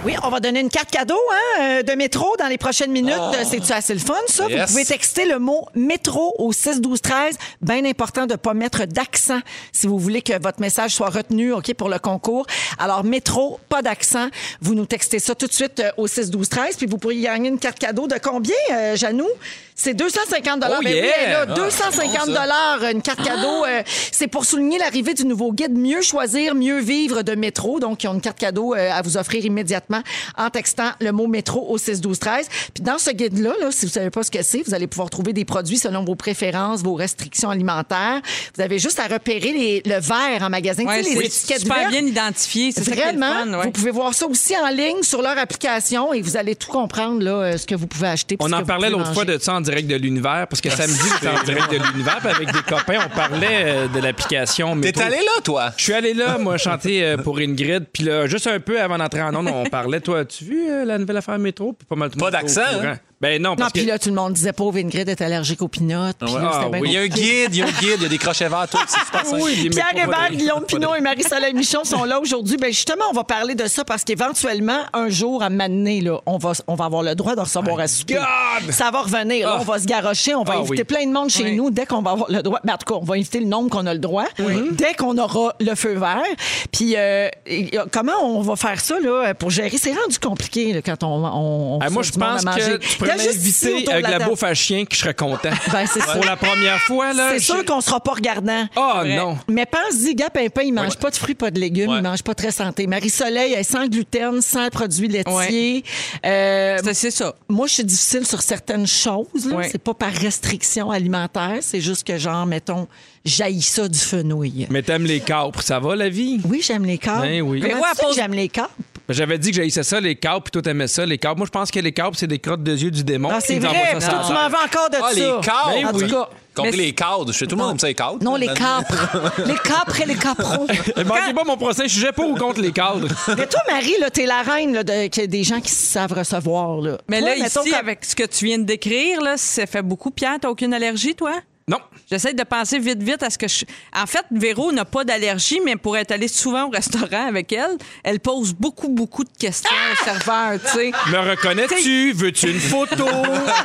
Oui, on va donner une carte cadeau hein, euh, de métro dans les prochaines minutes. Euh, C'est-tu assez le fun, ça? Yes. Vous pouvez texter le mot métro au 6 12 13 Bien important de ne pas mettre d'accent si vous voulez que votre message soit retenu ok, pour le concours. Alors, métro, pas d'accent. Vous nous textez ça tout de suite euh, au 6 12 13 Puis vous pourriez gagner une carte cadeau de combien, euh, Janou? C'est 250 Oh ben oui, yeah! elle a Ah, 250 bon, ça. dollars, une carte Ah! cadeau. euh, c'est pour souligner l'arrivée du nouveau guide Mieux choisir, mieux vivre de métro. Donc, ils ont une carte cadeau euh, à vous offrir immédiatement en textant le mot métro au 6 12 13. Puis dans ce guide-là, là, si vous savez pas ce que c'est, vous allez pouvoir trouver des produits selon vos préférences, vos restrictions alimentaires. Vous avez juste à repérer les- le verre en magasin, Ouais, tu sais, les c'est étiquettes super vertes. bien identifié. C'est ça qui est le Vraiment, fun, ouais. vous pouvez voir ça aussi en ligne sur leur application et vous allez tout comprendre là, euh, ce que vous pouvez acheter. puis On ce que en vous parlait pouvez l'autre fois manger. Ah, de ça en direct de l'univers, parce que samedi, j'étais en direct de l'univers, puis avec des copains, on parlait euh, de l'application. T'es Métro. allé là, toi? Je suis allé là, moi, chanter euh, pour Ingrid. Puis là, juste un peu avant d'entrer en onde, on parlait. Toi, as-tu vu euh, la nouvelle affaire métro? Puis pas mal tout le Pas monde était au d'accent, courant. hein? Ben non, Non, parce puis que. là, tout le monde disait pauvre Ingrid est allergique aux pinottes. Puis Ouais. là, c'était Ah bien oui. Il y a un guide, il y a un guide, il y a des crochets verts, tout. C'est super simple. Ah Oui, les Pierre métros- Hébert, Guillaume Pinot et Marie-Soleil Michon sont là aujourd'hui. Ben justement, on va parler de ça parce qu'éventuellement, un jour, à Mané, là, on va, on va avoir le droit de recevoir à souper. God! Ça va revenir. Là, Ah. on va se garrocher. On va Ah inviter oui. plein de monde chez Oui. nous dès qu'on va avoir le droit. Ben, en tout cas, on va inviter le nombre qu'on a le droit Mm-hmm. dès qu'on aura le feu vert. Puis euh, et, euh, comment on va faire ça là, pour gérer? C'est rendu compliqué là, quand on, on, on Ah, reçoit moi, je du monde à pense que manger. tu Il y pourrais a juste ici, m'inviter autour de avec la table. bouffe à chien que je serais content. Ben, c'est ça. Pour la première fois, là. C'est je- sûr qu'on sera pas regardant. Ah C'est vrai. non. Mais pense-y, Gap Pimpin, il mange pas de fruits, pas de légumes, Ouais. il mange pas très santé. Marie-Soleil, elle est sans gluten, sans produits laitiers. Euh, C'est- C'est ça. moi, je suis difficile sur certaines choses. là. Ouais. C'est pas par restriction alimentaire, c'est juste que, genre, mettons, jaillit ça du fenouil. Mais t'aimes les capres, ça va la vie? Oui, j'aime les câbles. Ben oui. Comment Mais ouais, tu sais que pose- j'aime les câbles? Ben, J'avais dit que j'haïssais ça, les capres, puis toi t'aimais ça, les capres. Moi, je pense que les capres, c'est des crottes de yeux du démon. Ah, qui c'est nous vrai. envoient parce ça que sur tu m'en veux encore de Ah, ça. les câbles! En Ben oui. tout cas, Compris Mais- les cadres. Je sais tout le monde aime ça, les cadres. Non, les Maintenant. capres. les capres et les caprons. Ne manquez pas mon prochain sujet pour ou contre les cadres. Mais toi, Marie, là, t'es la reine là, de- que- des gens qui savent recevoir. Là. Mais Toi, là, mettons, ici, quand- avec ce que tu viens de décrire, là, ça fait beaucoup. Pierre, t'as aucune allergie, toi? Non. J'essaie de penser vite, vite à ce que je. En fait, Véro n'a pas d'allergie, mais pour être allée souvent au restaurant avec elle, elle pose beaucoup, beaucoup de questions au serveur, tu sais. Me reconnais-tu? Veux-tu une photo?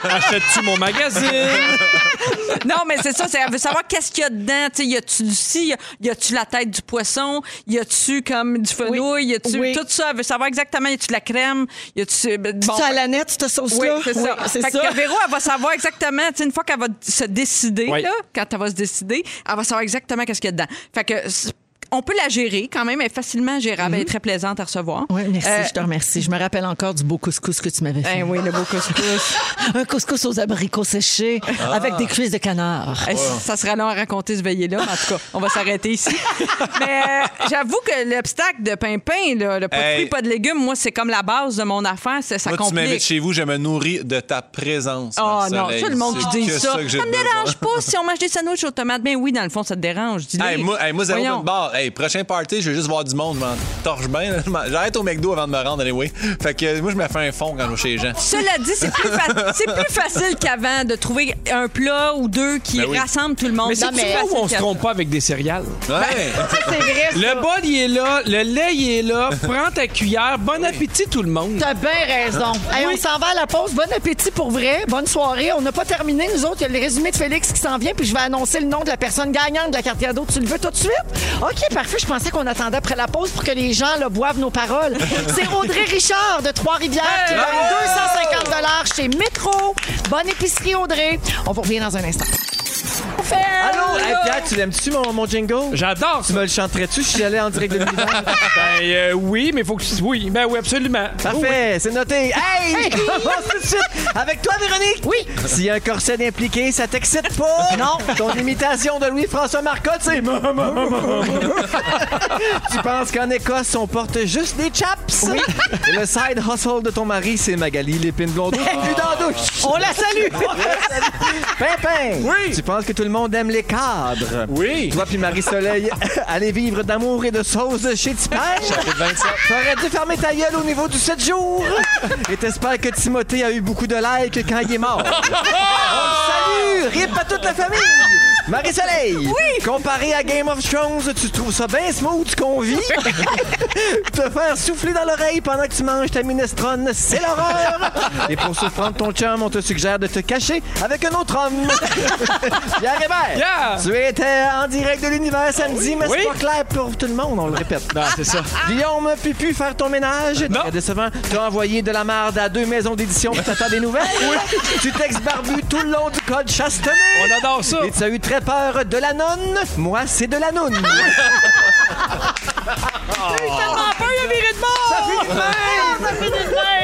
Achètes-tu mon magazine? Non, mais c'est ça, c'est- elle veut savoir qu'est-ce qu'il y a dedans. Tu sais, y a-tu du ci, y a-tu la tête du poisson, y a-tu comme du fenouil, y a-tu Oui. tout ça. Elle veut savoir exactement, y a-tu de la crème, y a-tu. ben, bon, Tu as la nette, cette Oui, sauce-là. c'est ça. Oui, c'est fait ça. que Véro, elle va savoir exactement, tu sais, une fois qu'elle va se décider, Oui. là, quand elle va se décider, elle va savoir exactement qu'est-ce qu'il y a dedans. Fait que c- on peut la gérer quand même, elle est facilement gérable, elle est très plaisante à recevoir. Oui, Mm-hmm. merci, Euh, je te remercie. Je me rappelle encore du beau couscous que tu m'avais fait. ben oui, le beau couscous. Un couscous aux abricots séchés avec des cuisses de canard. Eh, Ça sera long à raconter ce veillé-là, mais en tout cas, on va s'arrêter ici. mais euh, j'avoue que l'obstacle de Pimpin, là, le pas de Hey. fruits, pas de légumes, moi, c'est comme la base de mon affaire, c'est- ça Moi, tu m'invites complique. chez vous, je me nourris de ta présence. Oh Marcel. non, Hey, tout le monde c'est qui dit que ça. Ça, que j'ai me besoin. dérange pas si on mange des sandwichs aux tomates. Ben oui, dans le fond, ça te dérange. Dis-le. Hey, moi, hey, moi, zéro Voyons. open bar. Hey, prochain party, je vais juste voir du monde. Je m'en torche bien. là. Je m'en- J'arrête au McDo avant de me rendre, anyway. Fait que euh, moi, je me fais un fond quand je vais chez les gens. Cela dit, c'est plus, fa- c'est plus facile qu'avant de trouver un plat ou deux qui Ben oui. rassemble tout le monde. Mais c'est plus pas où on se facile trompe pas avec des céréales. Ben, Ouais. Le bol, il est là. Le lait, il est là. Prends ta cuillère. Bon appétit, tout le monde. T'as bien raison. Hey, On s'en va à la pause. Bon appétit pour vrai. Bonne soirée. On n'a pas terminé, nous autres. Il y a le résumé de Félix qui s'en vient, puis je vais annoncer le nom de la personne gagnante de la carte cadeau. Tu le veux tout de suite? OK, parfait. Je pensais qu'on attendait après la pause pour que les gens là, boivent nos paroles. C'est Audrey Richard de Trois-Rivières qui gagne 250 chez Métro. Bonne épicerie, Audrey. On vous revient dans un instant. Allô? Hey, Pierre, tu l'aimes-tu, mon, mon jingle? J'adore Tu me le chanterais-tu si j'allais en direct de l'univers? Ben euh, oui, mais faut que oui, ben oui absolument. Parfait, c'est noté. Hey! Hey! Je commence tout de suite avec toi, Véronique! Oui. S'il y a un corset impliqué, ça t'excite pas? Non! Ton imitation de Louis-François Marcotte, c'est... tu penses qu'en Écosse, on porte juste des chaps? Oui. le side hustle de ton mari, c'est Magali Lépine Blondeau. Plus dans la douche. On la salue. Pimpin! Oui. Tu penses que tout le monde aime les cadres? Oui. Toi puis Marie-Soleil, allez vivre d'amour et de sauce chez Tipage. Chapitre 27. T'aurais dû fermer ta gueule au niveau du 7 jours. Et t'espères que Timothée a eu beaucoup de likes quand il est mort. On le salue! Rip à toute la famille! Marie-Soleil! Oui! Comparé à Game of Thrones, tu trouves ça bien smooth ce qu'on vit? Te faire souffler dans l'oreille pendant que tu manges ta minestrone, c'est l'horreur! Et pour surprendre ton chum, on te suggère de te cacher avec un autre homme! Pierre Hébert! Yeah! Tu étais en direct de l'univers samedi, mais Oui. c'est pas clair pour tout le monde, on le répète. Non, c'est ça. Guillaume Pupu, faire ton ménage. Non. Très décevant. T'as envoyé de la marde à deux maisons d'édition pour t'attendre des nouvelles. Tu textes barbu tout le long du code Chastenay. On adore ça. Et tu as eu très peur de la nonne. Moi, c'est de la nonne. Ah, pas un viré de bord!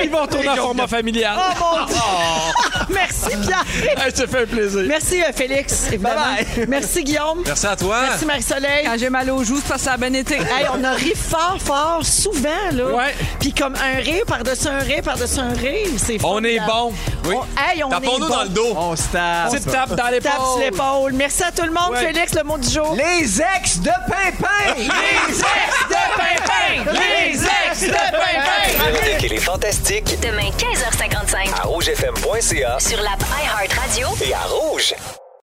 Ils vont retourner en format familial. Merci, Pierre. Oh, Hey, ça fait un plaisir. Merci, euh, Félix. évidemment. Bye-bye. Merci, Guillaume. Merci à toi. Merci, Marie-Soleil. Quand j'ai mal aux joues, c'est parce que ça a bien été. Hey, on a ri fort, fort, souvent, là. Ouais. Puis comme un rire par-dessus un rire par-dessus un rire, c'est On est formidable. bon. Oui. On- hey, on est Tapons-nous bon. dans le dos. On se tape. Petite tape dans Tape sur l'épaule. l'épaule. Merci à tout le monde. Ouais. Félix, le mot du jour. Les ex de Pimpin. Les ex de Pimpin. Les ex de Pimpin. Véronique et les Fantastiques Demain, 15h55, à rougefm.ca sur l'app iHeartRadio et à Rouge.